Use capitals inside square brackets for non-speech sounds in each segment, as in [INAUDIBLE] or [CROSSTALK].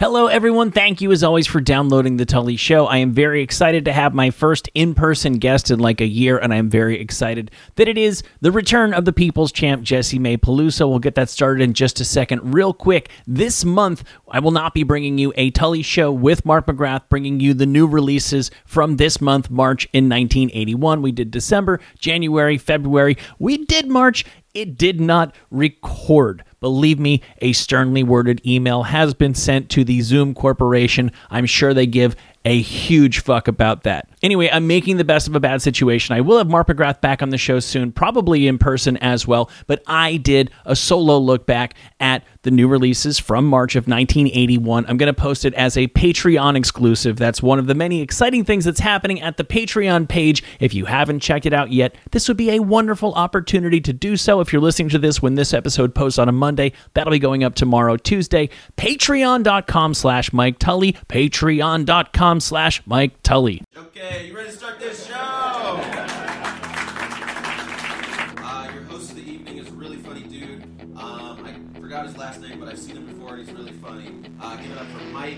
Hello, everyone. Thank you, as always, for downloading The Tully Show. I am very excited to have my first in person guest in like a year, and I am very excited that it is the return of the People's Champ, Jesse May Peluso. We'll get that started in just a second. Real quick, this month, I will not be bringing you a Tully Show with Mark McGrath, bringing you the new releases from this month, March in 1981. We did December, January, February. We did March it did not record. Believe me, a sternly worded email has been sent to the Zoom Corporation. I'm sure they give a huge fuck about that. Anyway, I'm making the best of a bad situation. I will have Mark McGrath back on the show soon, probably in person as well, but I did a solo look back at the new releases from March of 1981. I'm going to post it as a Patreon exclusive. That's one of the many exciting things that's happening at the Patreon page. If you haven't checked it out yet, this would be a wonderful opportunity to do so. If you're listening to this when this episode posts on a Monday, that'll be going up tomorrow, Tuesday. Patreon.com slash Mike Tully, patreon.com slash Mike Tully. Okay, you ready to start this show? Uh, your host of the evening is a really funny dude. Um, I forgot his last name, but I've seen him before, and he's really funny. Uh, give it up for Mike.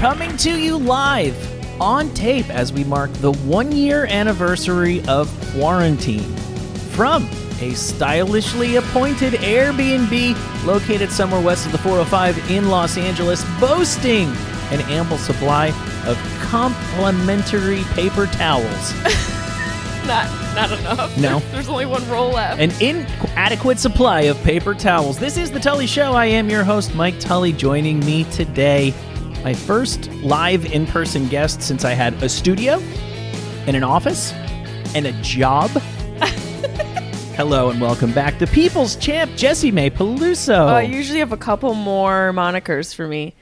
Coming to you live on tape as we mark the one year anniversary of quarantine from a stylishly appointed Airbnb located somewhere west of the 405 in Los Angeles, boasting an ample supply of complimentary paper towels. Not, not enough. No. [LAUGHS] There's, there's only one roll left. an inadequate supply of paper towels. This is the Tully Show. I am your host, Mike Tully. Joining me today, my first live in person guest since I had a studio and an office and a [LAUGHS] job. Hello and welcome back to People's Champ, Jesse May Peluso. Uh, you usually have a couple more monikers for me.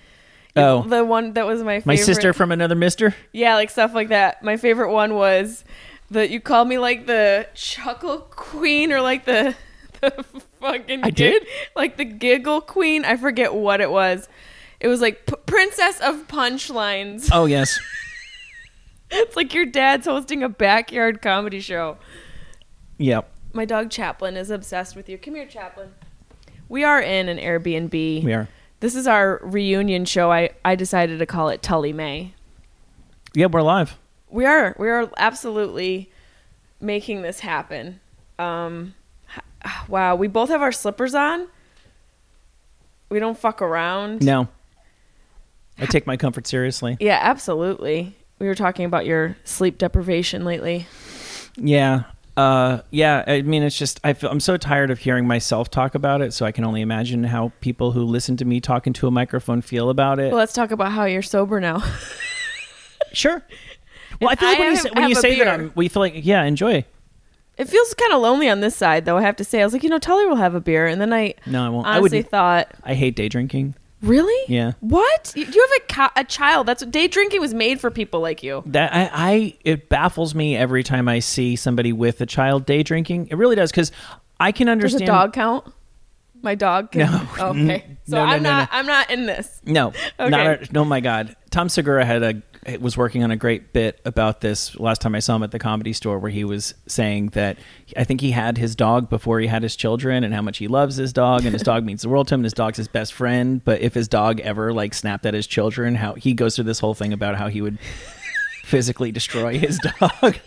Oh, The one that was my favorite. my sister from another mister? Yeah, like stuff like that. My favorite one was that you called me like the chuckle queen or like the, [LAUGHS] the fucking. I gig- did? Like the giggle queen. I forget what it was. It was like P- princess of punchlines. [LAUGHS] Oh, yes. it's like your dad's hosting a backyard comedy show. yep. My dog Chaplin is obsessed with you. Come here, Chaplin. We are in an Airbnb. We are. This is our reunion show. I, I decided to call it Tully May. Yeah, we're live. We are we are absolutely making this happen. Um, h- wow, we both have our slippers on. We don't fuck around. No. I take my comfort seriously. Yeah, absolutely. We were talking about your sleep deprivation lately. Yeah. Uh, yeah. I mean, it's just, I feel, I'm so tired of hearing myself talk about it. So I can only imagine how people who listen to me talking to a microphone feel about it. Well, let's talk about how you're sober now. [LAUGHS] sure. Well, I feel like I when you have- say, when have you a say that, beer. I'm, we feel like, yeah, enjoy. It feels kind of lonely on this side, though. I have to say, I was like, you know, Tully will have a beer, and then I No, I won't. I honestly wouldn't. thought, I hate day drinking. really? Yeah. What? You, you have a co- a child? That's what day drinking was made for people like you. That I, I, it baffles me every time I see somebody with a child day drinking. It really does because I can Does understand. a dog count? My dog. Can- No. [LAUGHS] Oh, okay. So No, no, I'm no, not. I'm not in this. No, Okay. not a, no. My God, Tom Segura had a was working on a great bit about this last time I saw him at the comedy store, where he was saying that I think he had his dog before he had his children, and how much he loves his dog, and his dog means the world to him, and his dog's his best friend. But if his dog ever like snapped at his children, how he goes through this whole thing about how he would physically destroy his [LAUGHS] dog.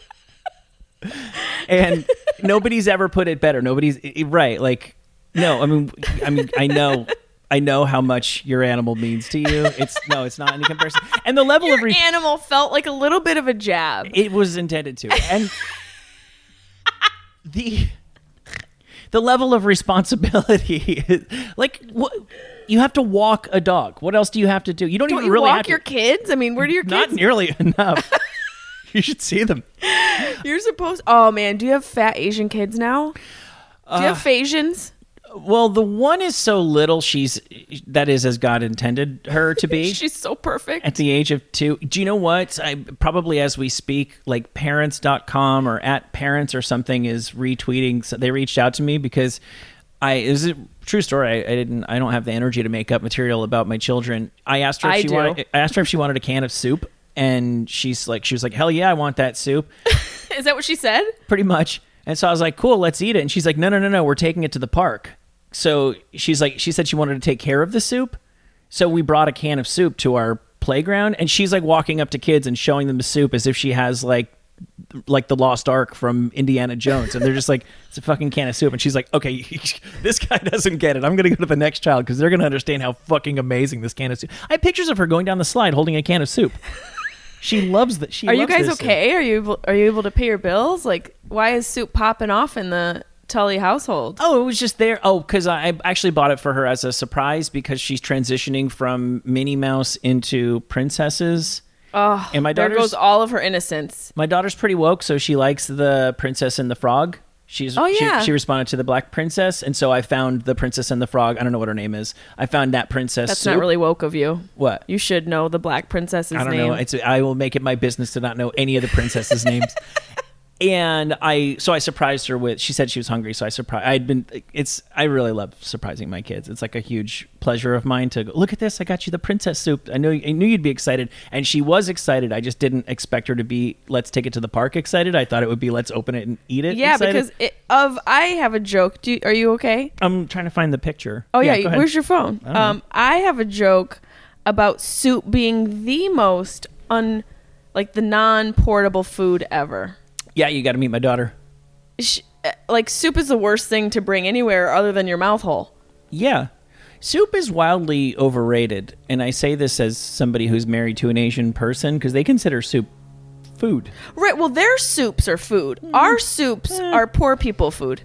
and nobody's ever put it better. Nobody's i- i- right. Like, no, I mean, I mean, I know, I know how much your animal means to you. It's no, it's not any comparison. And the level of Your re- animal felt like a little bit of a jab. it was intended to, and the the level of responsibility, is- like what you have to walk a dog. What else do you have to do? You don't, Don't even you really have walk to- your kids? I mean, where do your not kids? nearly [LAUGHS] enough. you should see them. You're supposed. Oh man, do you have fat Asian kids now? Do you have Uh, Asians? Well, the one is so little she's that is as God intended her to be. [LAUGHS] She's so perfect. at the age of two. Do you know what? I probably as we speak, like parents.com or at parents or something is retweeting. So they reached out to me because I it was a true story. I, I didn't. I don't have the energy to make up material about my children. I asked her. If I she do. Wanted, I asked her if she wanted a can of soup, and she's like, she was like, hell yeah, I want that soup, [LAUGHS] Is that what she said? pretty much. And so I was like, cool, let's eat it. And she's like, no, no, no, no, we're taking it to the park. so she's like she said she wanted to take care of the soup so we brought a can of soup to our playground and she's like walking up to kids and showing them the soup as if she has like like the lost ark from indiana jones and they're just like it's a fucking can of soup and she's like okay [LAUGHS] this guy doesn't get it i'm gonna go to the next child because they're gonna understand how fucking amazing this can of soup i have pictures of her going down the slide holding a can of soup she loves that she Are you loves guys this thing. okay? Are you able, are you able to pay your bills? Like, why is soup popping off in the Tully household? Oh, it was just there. Oh, because I I actually bought it for her as a surprise because she's transitioning from Minnie Mouse into princesses. Oh, and my there daughter's goes all of her innocence. my daughter's pretty woke, so she likes the Princess and the Frog. She's Oh, yeah. she, she responded to the Black Princess, and so I found the Princess and the Frog. I don't know what her name is. I found that princess. That's soup. not really woke of you. what You should know the black princess's I don't name. know. It's I will make it my business to not know any of the princesses' [LAUGHS] names. And I so I surprised her with she said she was hungry, so I surprised I'd been it's I really love surprising my kids. It's like a huge pleasure of mine to go, look at this, I got you the princess soup. I knew I knew you'd be excited. And she was excited. I just didn't expect her to be let's take it to the park excited. I thought it would be let's open it and eat it. yeah, excited. because it, of I have a joke. Do you, are you okay? I'm trying to find the picture. Oh yeah, go ahead. where's your phone? know. um, I have a joke about soup being the most un, like the non-portable food ever. Yeah, you gotta meet my daughter. Sh eh, like soup is the worst thing to bring anywhere other than your mouth hole. Yeah. Soup is wildly overrated. And I say this as somebody who's married to an Asian person because they consider soup food. Right. Well, their soups are food. Mm-hmm. Our soups Eh. are poor people food.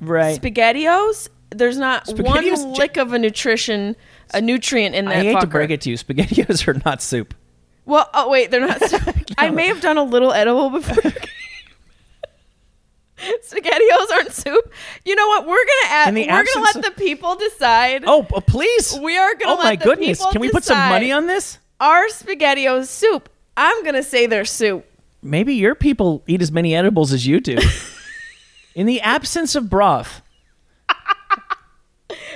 Right. Spaghettios. There's not Spaghettios one ju- lick of a nutrition, a nutrient in that. I hate to fucker. break it to you. Spaghettios are not soup. Well, oh wait, [LAUGHS] they're not. I may have done a little edible before. you came. Spaghettios aren't soup. You know what? We're gonna add. In the We're gonna absence let of- the people decide. Oh, p- please. We are gonna Oh, my let the goodness. people Can we put some money decide. on this? Our spaghettios soup. I'm gonna say they're soup. Maybe your people eat as many edibles as you [LAUGHS] do. In the absence of broth,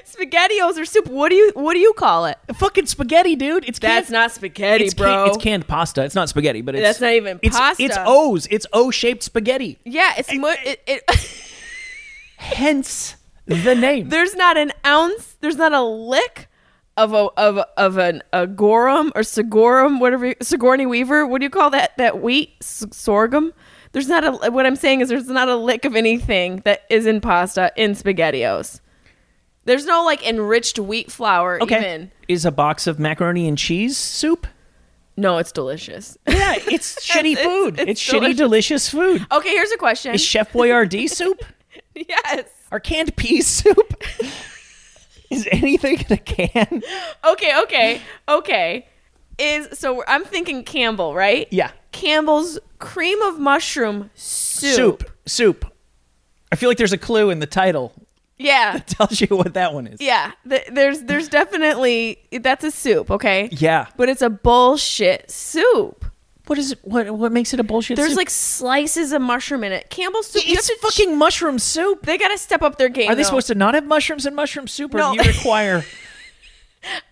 Spaghettios are soup. What do you What do you call it? fucking spaghetti, dude. It's That's canned- not spaghetti, it's bro. Can, it's canned pasta. It's not spaghetti, but it's That's not even it's, pasta. It's O's. It's O-shaped spaghetti. yeah, it's mu- it, it, [LAUGHS] Hence the name. there's not an ounce. There's not a lick. Of a of a- of an a gorum or sagorum whatever you- Sigourney Weaver what do you call that that wheat S- sorghum there's not a what I'm saying is there's not a lick of anything that is in pasta in spaghettios there's no like enriched wheat flour Okay. even Is a box of macaroni and cheese soup? no it's delicious Yeah, it's shitty [LAUGHS] It's- food. It's, it's Oh, shitty, delicious food. okay here's a question Is Chef Boyardee soup? [LAUGHS] yes Or canned pea soup? [LAUGHS] Is anything in a can? okay, okay, okay. Is so we're- I'm thinking Campbell, right? Yeah. Campbell's cream of mushroom soup. Soup. Soup. I feel like there's a clue in the title. [LAUGHS] Yeah. Tells you what that one is. Yeah. Th- there's there's definitely that's a soup, okay? Yeah. But it's a bullshit soup. What is it? What what makes it a bullshit There's soup? like slices of mushroom in it. Campbell's soup. you have it's to- fucking mushroom soup. They gotta step up their game. Are they supposed to not have mushrooms in mushroom soup, or No. do you [LAUGHS] require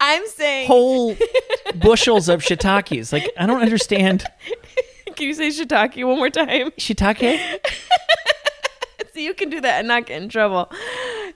I'm saying. whole bushels of shiitakes? Like I don't understand [LAUGHS] [LAUGHS] Can you say shiitake one more time? shiitake. [LAUGHS] so you can do that and not get in trouble.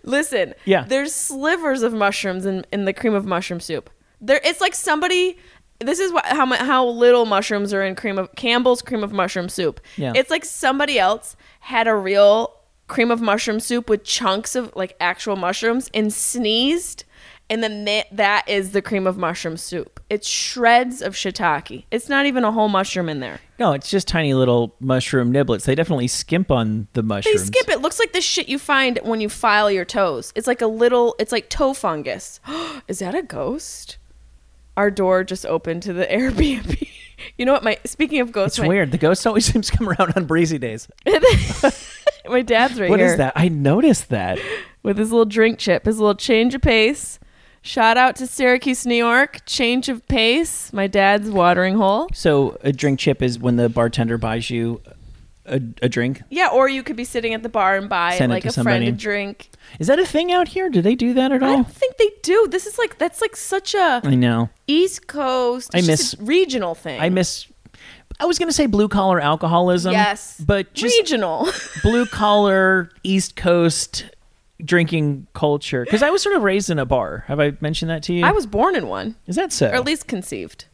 Listen, Yeah. there's slivers of mushrooms in, in the cream of mushroom soup. There, it's like somebody. This is wh- how mu- how little mushrooms are in cream of Campbell's cream of mushroom soup. Yeah. it's like somebody else had a real cream of mushroom soup with chunks of like actual mushrooms and sneezed, and then that, that is the cream of mushroom soup. It's shreds of shiitake. It's not even a whole mushroom in there. No, it's just tiny little mushroom niblets. They definitely skimp on the They mushrooms. skip it. Looks like the shit you find when you file your toes. It's like a little. It's like toe fungus. [GASPS] Is that a ghost? Our door just opened to the [LAUGHS] Airbnb. You know what? My speaking of ghosts, It's my, weird. The ghost always [LAUGHS] seems to come around on breezy days. my dad's right What here is that? I noticed that. with his little drink chip, his little change of pace. Shout out to Syracuse, New York. Change of pace. My dad's watering hole. So a drink chip is when the bartender buys you a, a drink. Yeah, or you could be sitting at the bar and buy Send it like to a somebody. friend a drink. Is that a thing out here? Do they do that at I all? don't think they do. This is like that's like such a I know. East Coast. I It's just miss- a regional thing. I miss. I was gonna say blue collar alcoholism. Yes. [LAUGHS] but just regional. blue collar East Coast drinking culture because I was sort of raised in a bar. Have I mentioned that to you? I was born in one, Is that so? or at least conceived.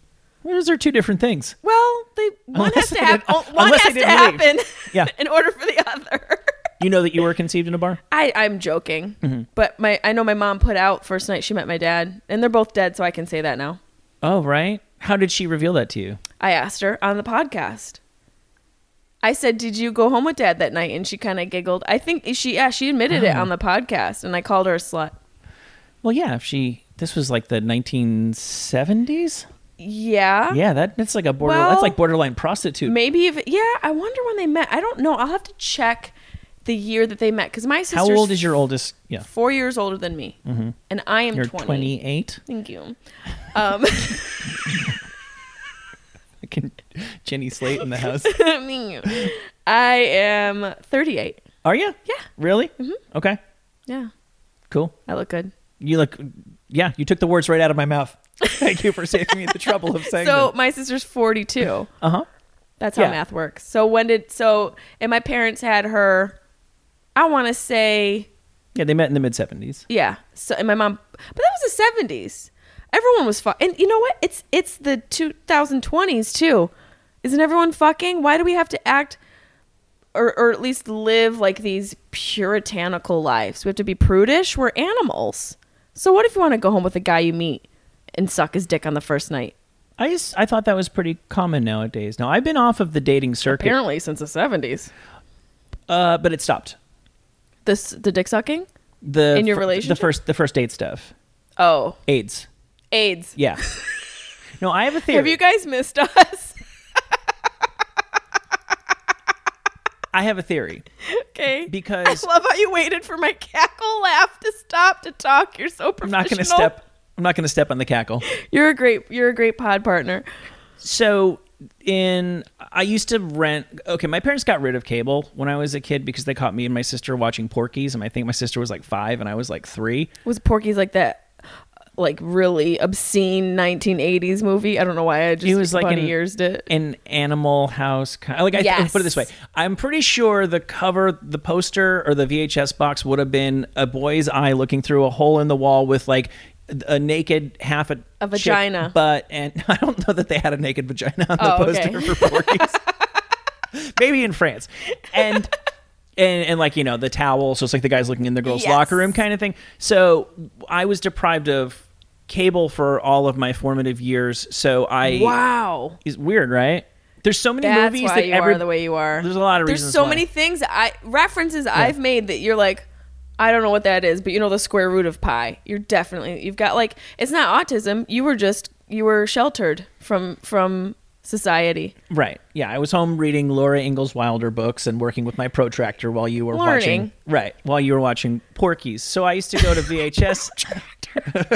Those are two different things. Well, they one Unless has to they happen. didn't- One unless has they to didn't leave. happen [LAUGHS] Yeah. in order for the other. [LAUGHS] You know that you were conceived in a bar. I, I'm joking, Mm-hmm. but my I know my mom put out first night she met my dad, and they're both dead, so I can say that now. Oh right. How did she reveal that to you? I asked her on the podcast. I said, "Did you go home with dad that night?" And she kind of giggled. I think she yeah she admitted Oh. it on the podcast, and I called her a slut. Well, yeah. If she, this was like the 1970s. Yeah, Yeah, that that's like a border. Well- that's like borderline prostitute. maybe if yeah. I wonder when they met. I don't know. I'll have to check the year that they met because my sister's How old is your oldest? Yeah, four years older than me, and I am you're 20. 28. Thank you. [LAUGHS] Um, Fucking [LAUGHS] Jenny Slate in the [LAUGHS] house. I am 38. Are you? Yeah. Really? Mm-hmm. Okay. Yeah, Cool. I look good. You look. Yeah, you took the words right out of my mouth. [LAUGHS] Thank you for saving me the trouble of saying. So my sister's 42. uh huh. That's how Yeah. math works. So when did so and my parents had her I want to say Yeah, they met in the mid 70s. yeah. So and my mom but that was the 70s. Everyone was fuck and you know what? It's it's the 2020s too. Isn't everyone fucking? Why do we have to act or or at least live like these puritanical lives? We have to be prudish. We're animals. So what if you want to go home with a guy you meet and suck his dick on the first night? I s- I thought that was pretty common nowadays. Now I've been off of the dating circuit, Apparently since the 70s. uh, but it stopped. This the dick sucking? The In your fir- relationship? the first the first date stuff, Oh, AIDS. AIDS. [LAUGHS] Yeah. no, I have a theory. Have you guys missed [LAUGHS] us? I have a theory okay. [LAUGHS] because I love how you waited for my cackle laugh to stop to talk. You're so I'm professional. not going to step. I'm not going to step on the cackle. You're a great. You're a great pod partner. So in I used to rent okay, my parents got rid of cable when I was a kid because they caught me and my sister watching Porky's and I think my sister was like 5 and I was like 3. Was Porky's like that? Like really obscene 1980s movie. I don't know why I just It was like bunny an- ears it. An animal house kind like I Yes. put it this way. I'm pretty sure the cover the poster or the VHS box would have been a boy's eye looking through a hole in the wall with like a naked half a, A chick vagina. butt and [LAUGHS] I don't know that they had a naked vagina on the Oh, okay. poster for Porky's. [LAUGHS] maybe in France, and and and like you know the towel, so it's like the guys looking in the girls' Yes. locker room kind of thing. So I was deprived of cable for all of my formative years. So I Wow. it's weird, right? There's so many That's movies why that you every are the way you are. There's a lot of There's reasons so why. many things I references I've made that you're like, I don't know what that is, but you know the square root of pi. You're definitely you've got like it's not autism. You were just you were sheltered from from society. right. Yeah, I was home reading Laura Ingalls Wilder books and working with my protractor while you were Learning. watching right while you were watching Porky's. So I used to [LAUGHS] go to VHS. [LAUGHS]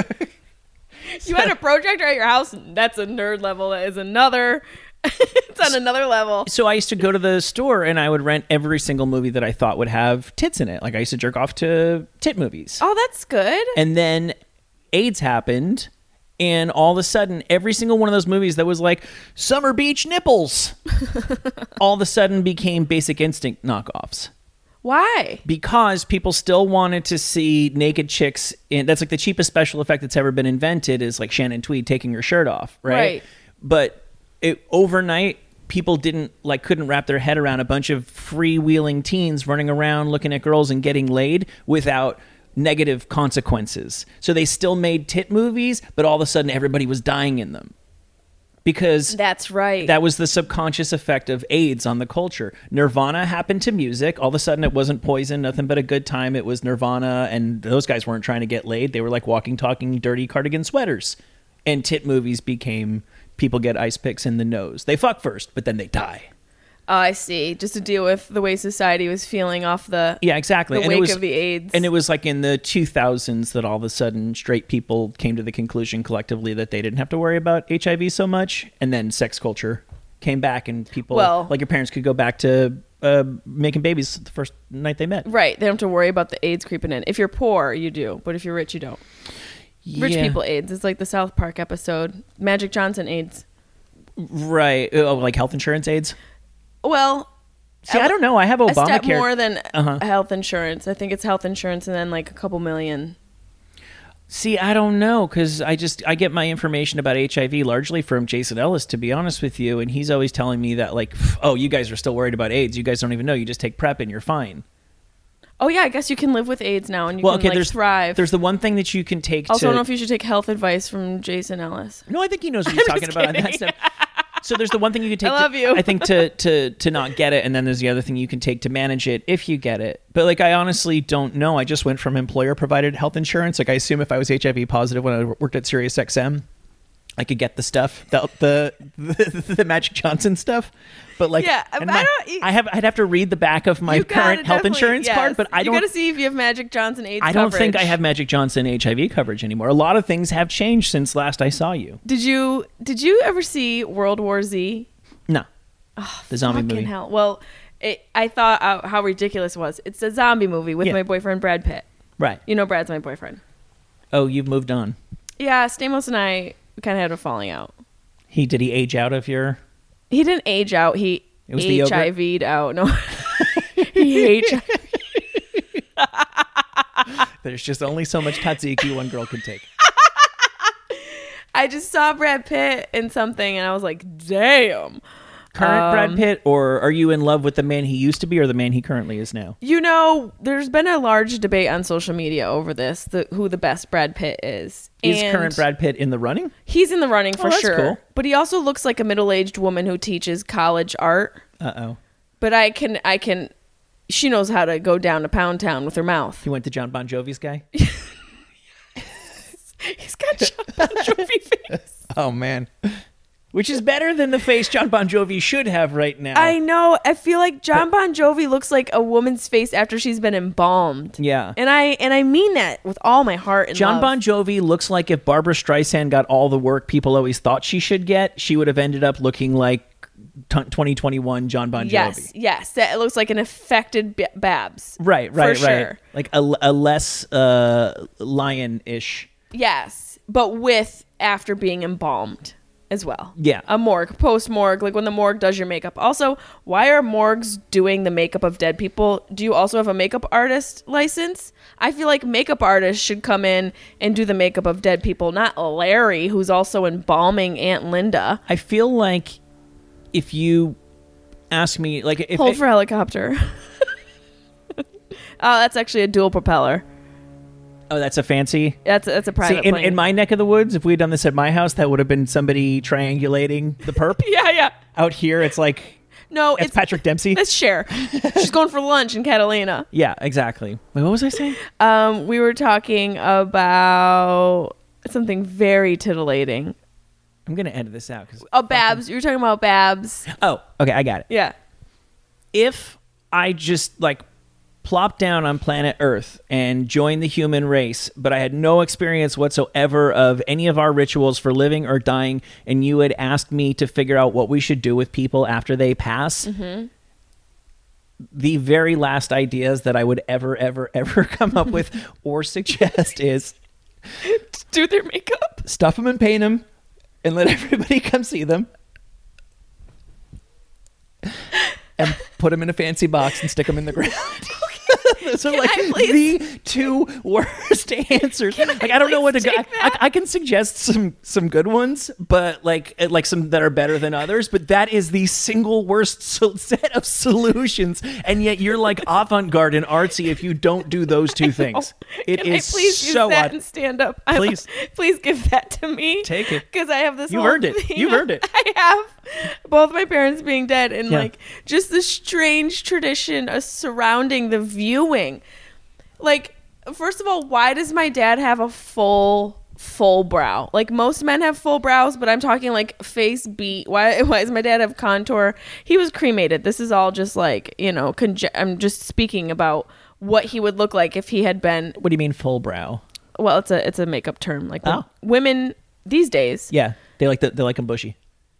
You had a projector at your house. That's a nerd level. That is another. [LAUGHS] it's on another level. so I used to go to the store and I would rent every single movie that I thought would have tits in it. Like I used to jerk off to tit movies. Oh, that's good. And then AIDS happened, and all of a sudden, every single one of those movies that was like Summer Beach [LAUGHS] nipples, all of a sudden became Basic Instinct knockoffs Why? because people still wanted to see naked chicks. In, that's like the cheapest special effect that's ever been invented is like Shannon Tweed taking her shirt off, right? Right. But it, overnight, people didn't like couldn't wrap their head around a bunch of freewheeling teens running around looking at girls and getting laid without negative consequences. So they still made tit movies, but all of a sudden everybody was dying in them because That's right. that was the subconscious effect of AIDS on the culture. Nirvana happened to music. All of a sudden, it wasn't poison, nothing but a good time. It was Nirvana, and those guys weren't trying to get laid. They were like walking, talking, dirty cardigan sweaters. And tit movies became people get ice picks in the nose. They fuck first, but then they die. oh, I see. Just to deal with the way society was feeling off the Yeah, exactly. The and wake it was, of the AIDS. And it was like in the 2000s that all of a sudden straight people came to the conclusion collectively that they didn't have to worry about HIV so much. And then sex culture came back and people, Well- like your parents, could go back to uh, making babies the first night they met. Right. They don't have to worry about the AIDS creeping in. If you're poor, you do, but if you're rich, you don't. Rich Yeah. people AIDS. It's like the South Park episode, Magic Johnson AIDS. Right. Oh, like health insurance aids? Well, See, I, don't know. I have a step Obamacare. Uh-huh. more than health insurance. I think it's health insurance and then like a couple million. See, I don't know because I just I get my information about HIV largely from Jason Ellis, to be honest with you, and he's always telling me that like, oh, you guys are still worried about AIDS. You guys don't even know. You just take prep and you're fine. Oh yeah, I guess you can live with AIDS now and you well, can okay, like there's thrive. There's the one thing that you can take. also, I to, don't know if you should take health advice from Jason Ellis. No, I think he knows [LAUGHS] what he's talking just about [LAUGHS] on that kidding. stuff. So there's the one thing you can take. I love to, you. I think to to to not get it, and then there's the other thing you can take to manage it if you get it. But like, I honestly don't know. I just went from employer provided health insurance. Like, I assume if I was HIV positive when I worked at SiriusXM, I could get the stuff, the the the, [LAUGHS] the Magic Johnson stuff. But like, Yeah, and I my- don't- e I have. I'd have to read the back of my You gotta current health definitely- insurance yes. card, but I You don't. gotta see if you have Magic Johnson AIDS. I don't think I coverage. have Magic Johnson HIV coverage anymore. A lot of things have changed since last I saw you. Did you Did you ever see World War Z? No. the zombie Fucking movie. hell. Well, it, I thought uh, how ridiculous it was. It's a zombie movie with Yeah. my boyfriend Brad Pitt. Right. You know, Brad's my boyfriend. Oh, you've moved on. Yeah, Stamos and I kind of had a falling out. He did he age out of your He didn't age out. He It was the yogurt? HIV'd out. No, [LAUGHS] he HIV. There's just only so much tatsiki one girl can take. I just saw Brad Pitt in something, and I was like, damn. Current Um, Brad Pitt or are you in love with the man he used to be or the man he currently is now? You know, there's been a large debate on social media over this, the, who the best Brad Pitt is. Is And current Brad Pitt in the running? He's in the running for that's sure. cool. But he also looks like a middle-aged woman who teaches college art. Uh-oh. But I can I can she knows how to go down to Pound Town with her mouth. [LAUGHS] He went to John Bon Jovi's guy? He's got John Bon [LAUGHS] Jovi face. Oh man. Which is better than the face John Bon Jovi should have right now. I know. I feel like John Bon Jovi looks like a woman's face after she's been embalmed. Yeah. And I and I mean that with all my heart and John love. Bon Jovi looks like if Barbara Streisand got all the work people always thought she should get, she would have ended up looking like t- 2021 John Bon Jovi. Yes, yes. That it looks like an affected b- Babs. Right, For right, right. sure. Like a, a less uh, lion ish. Yes, but with after being embalmed as well. Yeah. A morgue, post morgue, like when the morgue does your makeup. Also, why are morgues doing the makeup of dead people? Do you also have a makeup artist license? I feel like makeup artists should come in and do the makeup of dead people, not Larry, who's also embalming Aunt Linda. I feel like if you ask me, like, if Hold for helicopter. [LAUGHS] oh, that's actually a dual propeller. oh, that's a fancy. That's that's a See, private in, plane. in my neck of the woods, if we had done this at my house, that would have been somebody triangulating the perp. [LAUGHS] yeah, yeah. Out here, it's like No, it's, it's Patrick Dempsey. It's Cher. She's going for lunch in Catalina. Yeah, exactly. Wait, what was I saying? Um, we were talking about something very titillating. I'm gonna edit this out because. Oh, Babs. You were talking about Babs. Oh, okay, I got it. [LAUGHS] Yeah. if I just like plopped down on planet Earth and joined the human race, but I had no experience whatsoever of any of our rituals for living or dying, and you had asked me to figure out what we should do with people after they pass. The very last ideas that I would ever, ever, ever [LAUGHS] come up with or suggest is Do their makeup. stuff them and paint them and let [LAUGHS] everybody come see them and put them in a fancy box and stick them in the [LAUGHS] ground. [LAUGHS] Those are like I the two [LAUGHS] worst answers. like I, don't know what to go. please I, take I, I can suggest some some good ones, but like eh, like some that are better than others. But that is the single worst [LAUGHS] so- set of solutions. And yet you're like avant garde and artsy if you don't do those [LAUGHS] two things. It is Oh, Can I please so use that odd. and stand up? I'm- Please. [LAUGHS] please give that to me. Take it. Because I have this. You whole earned it. thing. You earned it. [LAUGHS] I have both my parents being dead and Yeah. like just the strange tradition of surrounding the viewing. Like, first of all, why does my dad have a full full brow? Like most men have full brows, but I'm talking like face beat. Why [LAUGHS] why does my dad have contour? He was cremated. This is all just like, you know, conge- I'm just speaking about what he would look like if he had been What do you mean full brow? well it's a it's a makeup term like Oh. women these days Yeah, they like the, they like them bushy.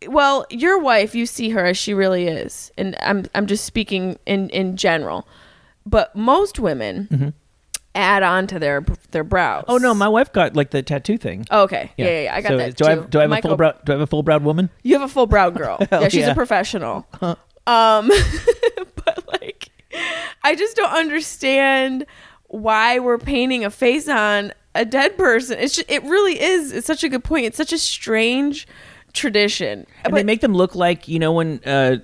well your wife you see her as she really is and i'm i'm just speaking in in general but most women add on to their their brows Mm-hmm. Oh no, my wife got like the tattoo thing. Oh, okay yeah. yeah yeah, i got So that Do I too. have, do I have a Michael- Uh, full brow? Do I have a full browed woman? [LAUGHS] you have a full brow girl yeah she's yeah. [LAUGHS] a professional um I just don't understand why we're painting a face on a dead person. It's just, it really is. It's such a good point. It's such a strange tradition. And they make them look like you know when uh,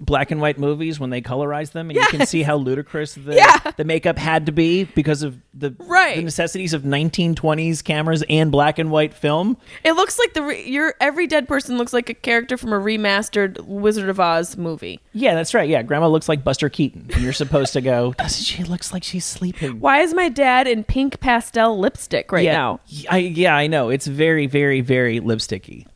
black and white movies when they colorize them, and you can see how ludicrous the Yeah. the makeup had to be because of the Right. the necessities of 1920s cameras and black and white film. It looks like the re- your every dead person looks like a character from a remastered Wizard of Oz movie. Yeah, that's right. Yeah, Grandma looks like Buster Keaton, and you're supposed to [LAUGHS] go. Doesn't she looks like she's sleeping? Why is my dad in pink pastel lipstick right yeah, now? I, yeah, I know. It's very, very, very lipsticky.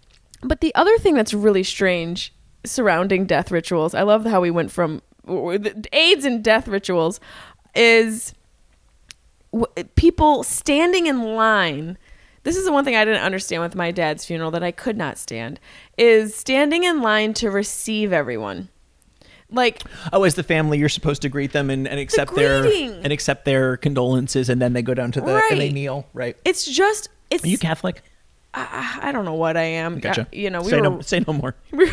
But the other thing that's really strange surrounding death rituals, I love how we went from w- w- AIDS and death rituals, is w- people standing in line. This is the one thing I didn't understand with my dad's funeral that I could not stand is standing in line to receive everyone. Like Oh, as the family, you're supposed to greet them and, and accept their greeting. and accept their condolences, and then they go down to the and they Right. kneel. Right? it's just it's Are you Catholic? I, Ah, I don't know what I am. Gotcha. I- you know, we say were [LAUGHS] no, say no more. we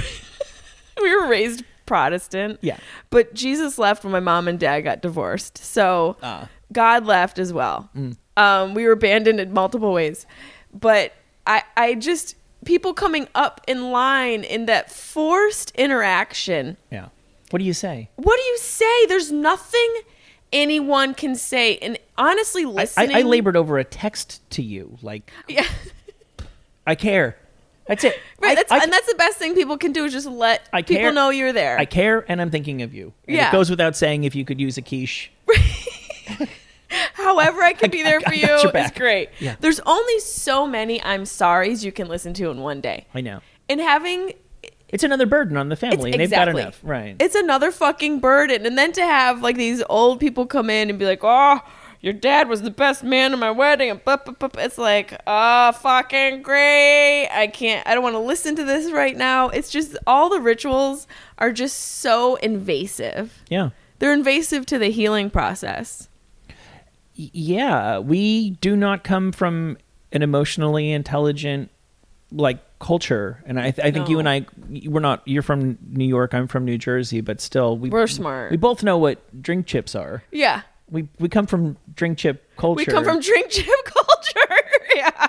were raised Protestant. Yeah. But Jesus left when my mom and dad got divorced. So Ah. Mm. God left as well. Um, we were abandoned in multiple ways. But I, I just, people coming up in line in that forced interaction. Yeah. What do you say? What do you say? There's nothing anyone can say. And honestly, I, listening. I labored over a text to you. Like [LAUGHS] Yeah. I care. That's it. [LAUGHS] Right, I, that's, I, and that's the best thing people can do is just let I people care. know you're there. I care, and I'm thinking of you. And Yeah. It goes without saying if you could use a quiche. however I can be [LAUGHS] there I for got you your is back. great. Yeah. There's only so many I'm sorries you can listen to in one day. I know. And having It's another burden on the it's family, and they've exactly, got enough. Right. It's another fucking burden. And then to have like these old people come in and be like, oh, your dad was the best man at my wedding. And blah, blah, blah, blah." It's like, oh, fucking great. I can't, I don't want to listen to this right now. It's just all the rituals are just so invasive. yeah. They're invasive to the healing process. Y- yeah. We do not come from an emotionally intelligent like culture, and I, th- I think you No. and I we're not. You're from New York. I'm from New Jersey, but still, we We're smart. We both know what drink chips are. Yeah. We we come from drink chip culture. We come from drink gym [LAUGHS] culture. yeah.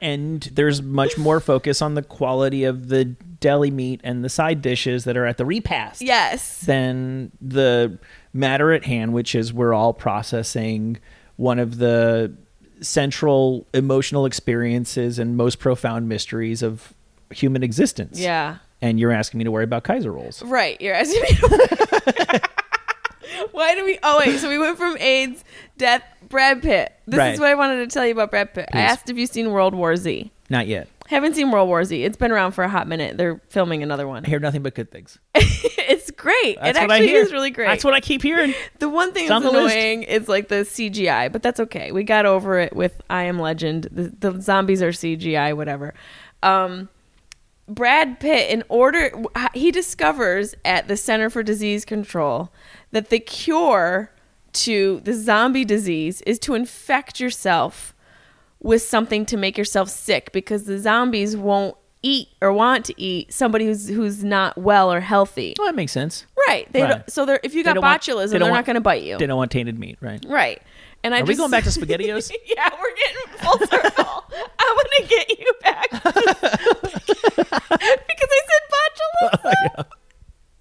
and there's much more focus on the quality of the deli meat and the side dishes that are at the repast Yes. than the matter at hand, which is we're all processing one of the central emotional experiences and most profound mysteries of human existence. Yeah. And you're asking me to worry about Kaiser rolls. Right. You're asking me. to- [LAUGHS] Why do we? Oh wait. So we went from AIDS, death, Brad Pitt. This Right. is what I wanted to tell you about Brad Pitt. I Please. asked if you've seen World War Z. Not yet. Haven't seen World War Z. It's been around for a hot minute. They're filming another one. I hear nothing but good things. [LAUGHS] it's great. That's it what I actually hear. is really great. That's what I keep [LAUGHS] hearing. the one thing It's on that's the list. annoying is like the CGI, but that's okay. We got over it with I Am Legend. The, the zombies are CGI, whatever. Um, Brad Pitt, in order, he discovers at the Center for Disease Control that the cure to the zombie disease is to infect yourself with something to make yourself sick because the zombies won't eat or want to eat somebody who's who's not well or healthy. Well, that makes sense. Right. They Right. Don't, so they're if you They got don't want- botulism, they they don't are want- not going to bite you. They don't want tainted meat, right? [LAUGHS] Right. And I Are just, we going [LAUGHS] back to SpaghettiOs? yeah, we're getting [LAUGHS] full circle. I'm gonna get you back [LAUGHS] because I [LAUGHS] said botulism.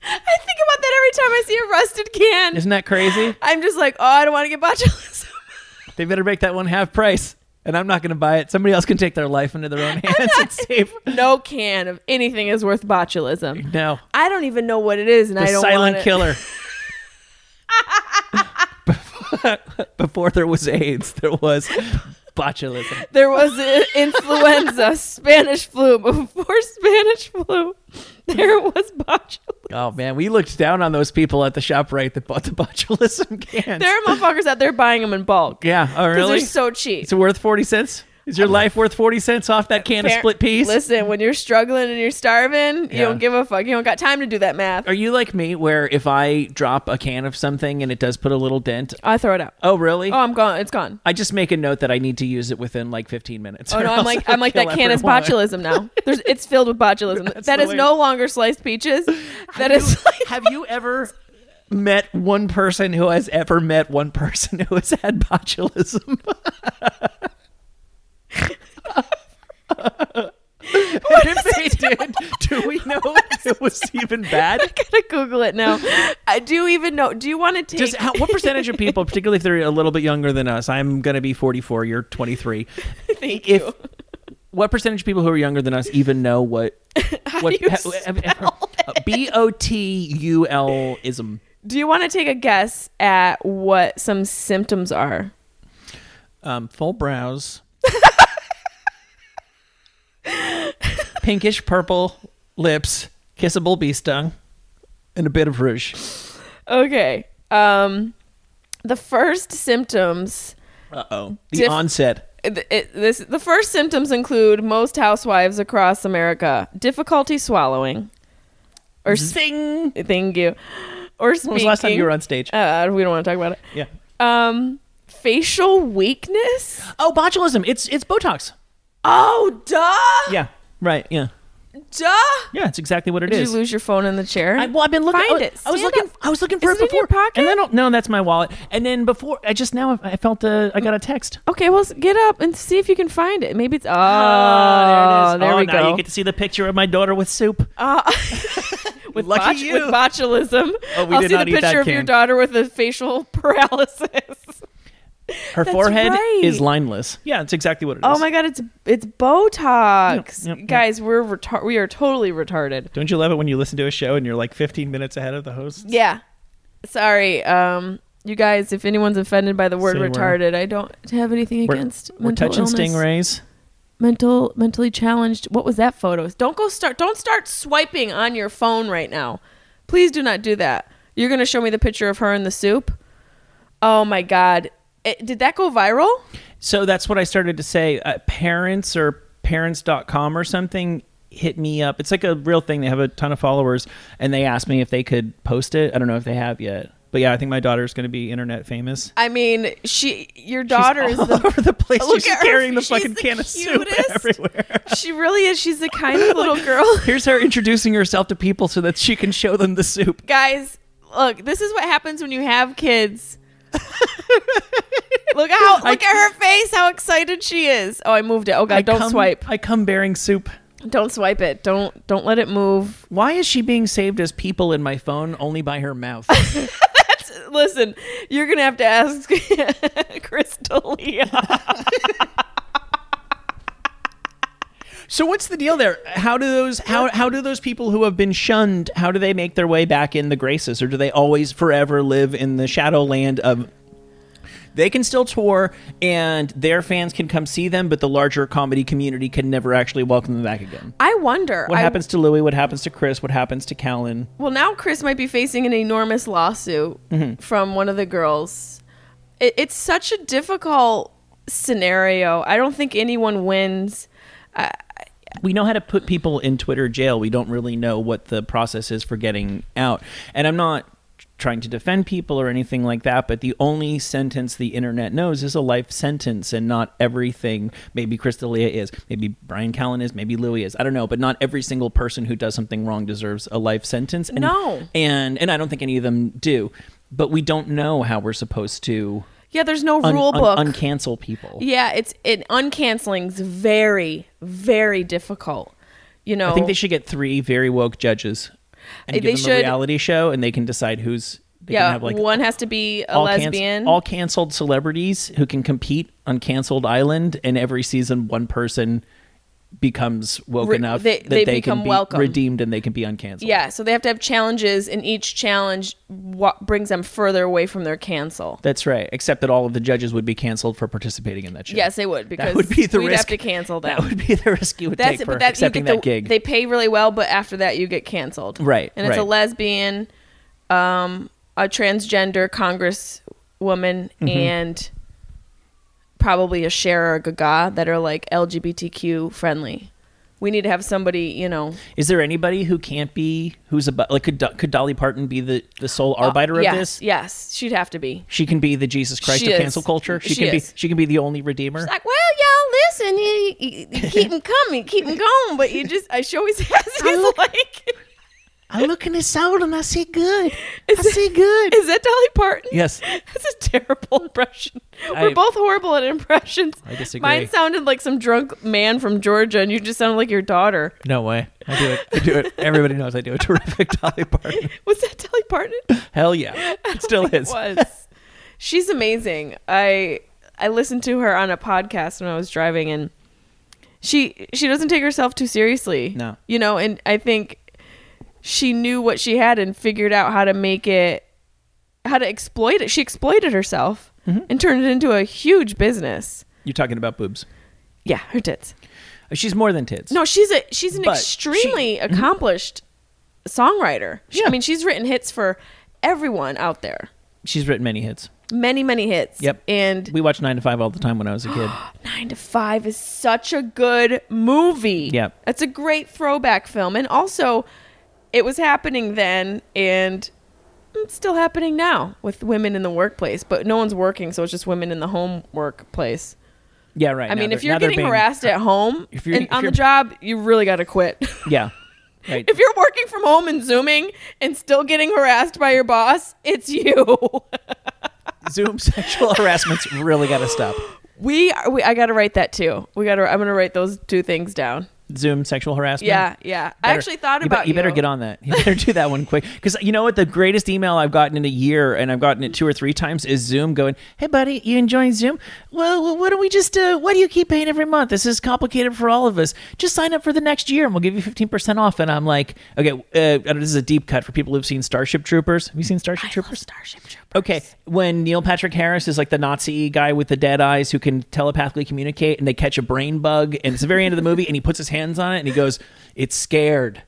I think about that every time I see a rusted can. Isn't that crazy? I'm just like, oh, I don't want to get botulism. [LAUGHS] They better make that one half price. And I'm not going to buy it. Somebody else can take their life into their own [LAUGHS] hands and save. no can of anything is worth botulism. No. I don't even know what it is, and The I don't want silent it. killer. [LAUGHS] [LAUGHS] Before there was AIDS, there was botulism. There was a [LAUGHS] influenza, Spanish flu. Before Spanish flu, [LAUGHS] there was botulism. Oh man, we looked down on those people at the shop right that bought the botulism [LAUGHS] cans. There are motherfuckers out there buying them in bulk. yeah. Oh Because really? they're so cheap. Is it worth forty cents? Is your life worth forty cents off that can of Par- split peas? Listen, when you're struggling and you're starving, you Yeah. don't give a fuck. You don't got time to do that math. Are you like me, where if I drop a can of something and it does put a little dent? I throw it out. Oh really? Oh, I'm gone. It's gone. I just make a note that I need to use it within like 15 minutes. Oh or no, I'm else like I'll I'm like kill that can is everyone. botulism now. There's it's filled with botulism. That's that the [LAUGHS] is way- no longer sliced peaches. That is [LAUGHS] Have you ever met one person who has ever met one person who has had botulism. [LAUGHS] and if they did, do we know if it was even bad? gotta Google it now. I do even know. Do you want to take? Does, how, what percentage of people, particularly if they're a little bit younger than us, I'm going to be 44, you're 23. [LAUGHS] Thank if- you. What percentage of people who are younger than us even know what [LAUGHS] what do you uh, B O T U L ism? Do you want to take a guess at what some symptoms are? Um, full brows, pinkish purple lips, kissable bee stung, and a bit of rouge. Okay. Um, the first symptoms. Uh oh. The Diff- onset. It, it- this the first symptoms include most housewives across America difficulty swallowing, or s- Zing. thank you, or speaking. Mm-hmm. When was the last time you were on stage? Uh, we don't want to talk about it. yeah. Um, facial weakness. Oh, botulism. It's it's Botox. Oh, duh, Yeah. Right. Yeah. duh. Yeah. It's exactly what it is. Did you lose your phone in the chair? I, well, I've been looking. Find I, was- it. I was Stand looking. up. I was looking for Is it it in before. your pocket? And then I'll- no, that's my wallet. And then before, I just now I felt uh, I got a text. Okay, well, s- get up and see if you can find it. Maybe it's oh, Ah, there oh, we now go. you get to see the picture of my daughter with soup. Uh, [LAUGHS] with, Lucky botch- you. with botulism. Oh, we I'll did see not the eat that picture of your can. daughter with a facial [LAUGHS] paralysis. Her forehead right. is lineless. Yeah, that's exactly what it is. Oh my god, it's it's Botox. Yep, yep, Guys, we're retar- we are totally retarded. Don't you love it when you listen to a show and you're like 15 minutes ahead of the host? Yeah. Sorry. Um you guys, if anyone's offended by the word Say we're- retarded, I don't have anything We're, against we're mental touching illness. stingrays. Mental mentally challenged. What was that photo? Don't go start don't start swiping on your phone right now. Please do not do that. You're going to show me the picture of her in the soup? Oh my god. It, did that go viral? So that's what I started to say. Uh, parents or parents.com or something hit me up. It's like a real thing. They have a ton of followers and they asked me if they could post it. I don't know if they have yet. But yeah, I think my daughter's going to be internet famous. I mean, she your daughter She's is all [LAUGHS] the over the place. Look She's at her. carrying the She's fucking the can of soup [LAUGHS] cutest. everywhere. she really is. She's the kind [LAUGHS] of little girl Here's her introducing herself to people so that she can show them the soup. guys look this is what happens when you [LAUGHS] have kids look at how look at her face how excited she is oh i moved it oh god I don't come- swipe I come bearing soup. don't swipe it don't don't let it move Why is she being saved as people in my phone only by her mouth? listen you're gonna have to ask [LAUGHS] crystal Leah. [LAUGHS] so what's the deal there? How do those how how do those people who have been shunned, how do they make their way back in the graces or do they always forever live in the shadow land of they can still tour and their fans can come see them, but the larger comedy community can never actually welcome them back again. i wonder What I- happens to Louis? What happens to Chris? What happens to Callan? well now chris might be facing an enormous lawsuit Mm-hmm. from one of the girls it, it's such a difficult scenario i don't think anyone wins we know how to put people in Twitter jail. We don't really know what the process is for getting out. And I'm not trying to defend people or anything like that, but the only sentence the internet knows is a life sentence, and not everything. Maybe Crystalia is, maybe Brian Callen is, maybe Louis is. I don't know, but not every single person who does something wrong deserves a life sentence. And, No. and and I don't think any of them do. But we don't know how we're supposed to yeah there's no un- rule un- book uncancel people. Yeah, it's it uncanceling's very very difficult. You know, I think they should get three very woke judges and Uh, give they them a should- reality show, and they can decide who's. They yeah, can have like one has to be a all canc- lesbian. all canceled celebrities who can compete on canceled island, and every season one person becomes woke Re- enough they- that they they, become can be welcome. redeemed and they can be uncanceled. yeah, so they have to have challenges, and each challenge wa- brings them further away from their cancel. that's right. Except that all of the judges would be canceled for participating in that show. Yes, they would because would be the we'd have risk. to cancel them. that would be the risk you would That's take it, for but that you accepting get the, that gig. They pay really well, but after that you get canceled. Right, and it's a right. lesbian, um, a transgender congresswoman, Mm-hmm. and probably a Cher or Gaga that are like LGBTQ friendly. We need to have somebody, you know. Is there anybody who can't be who's about like could Do- could Dolly Parton be the the sole Uh, arbiter of yes, this? yes, she'd have to be. She can be the Jesus Christ She of is. cancel culture. She, She can is. be she can be the only redeemer. Like, well, y'all, listen, you, [LAUGHS] [LAUGHS] you, you keep them coming, keep them going, but you just, I, she always has these like I look in his soul and I see [LAUGHS] good. I see good. Is that Dolly Parton? Yes. That's a terrible impression. I- We're both horrible at impressions. I disagree. Mine sounded like some drunk man from Georgia, and you just sounded like your daughter. No way. I do it. I do it. Everybody knows I do a terrific [LAUGHS] Dolly Parton. Was that Dolly Parton? Hell [LAUGHS] yeah. It still It is. was. She's amazing. I I listened to her on a podcast when I was driving, and she she doesn't take herself too seriously. No. you know, and I think she knew what she had and figured out how to make it, how to exploit it. She exploited herself Mm-hmm. and turned it into a huge business. You're talking about boobs. Yeah, her tits. Uh, She's more than tits. No, she's a she's an But Mm-hmm. extremely accomplished songwriter. She- Yeah. I mean, she's written hits for everyone out there. She's written many hits. Many, many hits. Yep. And We watched 9 to 5 all the time when I was a kid. [GASPS] Nine to Five is such a good movie. Yep. That's a great throwback film. And also, it was happening then and it's still happening now with women in the workplace, but no one's working, so it's just women in the home workplace. Yeah, right. I Now mean, they're- if you're now they're getting being- harassed at home If you're- and if on you're- the job, you really got to quit. [LAUGHS] Yeah. Right. if you're working from home and Zooming and still getting harassed by your boss, it's you. [LAUGHS] Zoom sexual [LAUGHS] harassment's really got to stop. we, are, we I got to write that too. We got to I'm going to write those two things down. Zoom sexual harassment. Yeah, yeah. I better- actually thought you bet- about you. better get on that. You better do that one [LAUGHS] quick. Because you know what? The greatest email I've gotten in a year, and I've gotten it two or three times, is Zoom going, "Hey, buddy, you enjoying Zoom? Well, well, why don't we just? Uh, why do you keep paying every month? This is complicated for all of us. Just sign up for the next year, and we'll give you fifteen percent off." And I'm like, "Okay, uh, I know this is a deep cut for people who've seen Starship Troopers. Have you seen Starship Troopers? Starship Troopers. Okay, when Neil Patrick Harris is like the Nazi guy with the dead eyes who can telepathically communicate, and they catch a brain bug, and it's the very end of the movie, and he puts his hands on it, and he goes, "It's scared."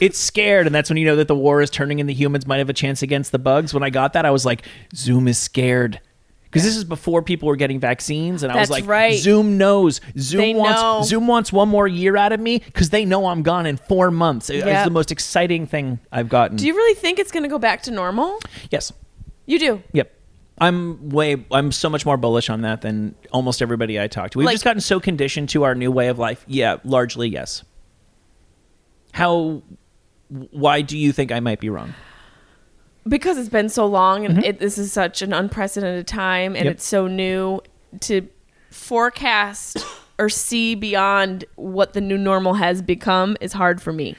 It's scared, and that's when you know that the war is turning, and the humans might have a chance against the bugs. When I got that, I was like, "Zoom is scared," because this is before people were getting vaccines, and I was That's like, right. "Zoom knows. Zoom They wants. know. Zoom wants one more year out of me because they know I'm gone in four months." It- It's Yep. the most exciting thing I've gotten. Do you really think it's going to go back to normal? yes. You do. Yep. I'm way I'm so much more bullish on that than almost everybody I talk to. We've Like- just gotten so conditioned to our new way of life. Yeah, largely yes. How why do you think I might be wrong? Because it's been so long and it, this is such an unprecedented time and Mm-hmm. Yep. it's so new to forecast or see beyond what the new normal has become is hard for me.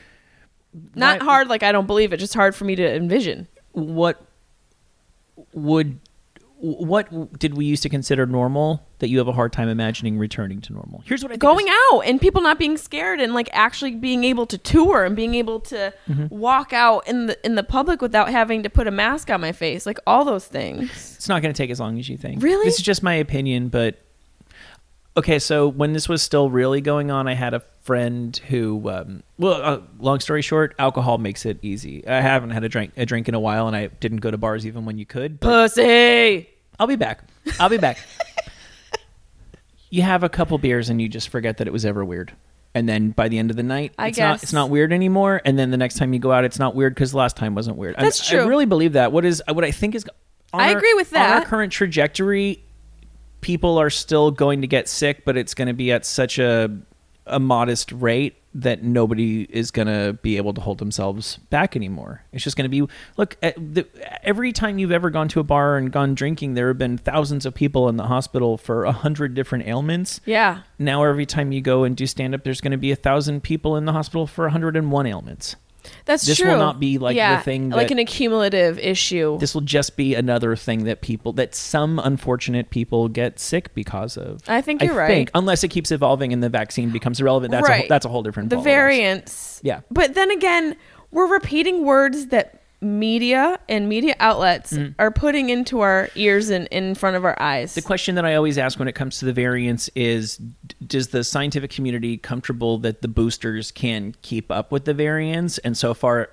Not Why- hard like I don't believe it, just hard for me to envision. What would what did we used to consider normal that you have a hard time imagining returning to normal? Here's what I think Going is- out and people not being scared and like actually being able to tour and being able to Mm-hmm. walk out in the in the public without having to put a mask on my face, like all those things. It's not going to take as long as you think. Really? This is just my opinion, but okay. So when this was still really going on, I had a friend who, um, well, uh, long story short, alcohol makes it easy. I haven't had a drink a drink in a while, and I didn't go to bars even when you could. But Pussy. I'll be back. I'll be back. you have a couple beers and you just forget that it was ever weird. And then by the end of the night, I it's not guess. it's not weird anymore. And then the next time you go out, it's not weird because last time wasn't weird. I- That's I true. really believe that. What is what I think is. on I our- agree with On our that. current trajectory, people are still going to get sick, but it's going to be at such a a modest rate that nobody is going to be able to hold themselves back anymore. It's just going to be look at the, every time you've ever gone to a bar and gone drinking, there have been thousands of people in the hospital for a hundred different ailments. Yeah. Now every time you go and do stand up, there's going to be a thousand people in the hospital for 101 ailments. That's This true. will not be, like, the thing like that- an accumulative issue. This will just be another thing that people that some unfortunate people get sick because of. I think you're right. unless it keeps evolving and the vaccine becomes irrelevant, that's a, whole- Right. that's a whole different. the ball of wax. variants. Yeah. But then again, we're repeating words that media and media outlets Mm. are putting into our ears and in front of our eyes. The question that I always ask when it comes to the variants is: d- Does the scientific community comfortable that the boosters can keep up with the variants? And so far.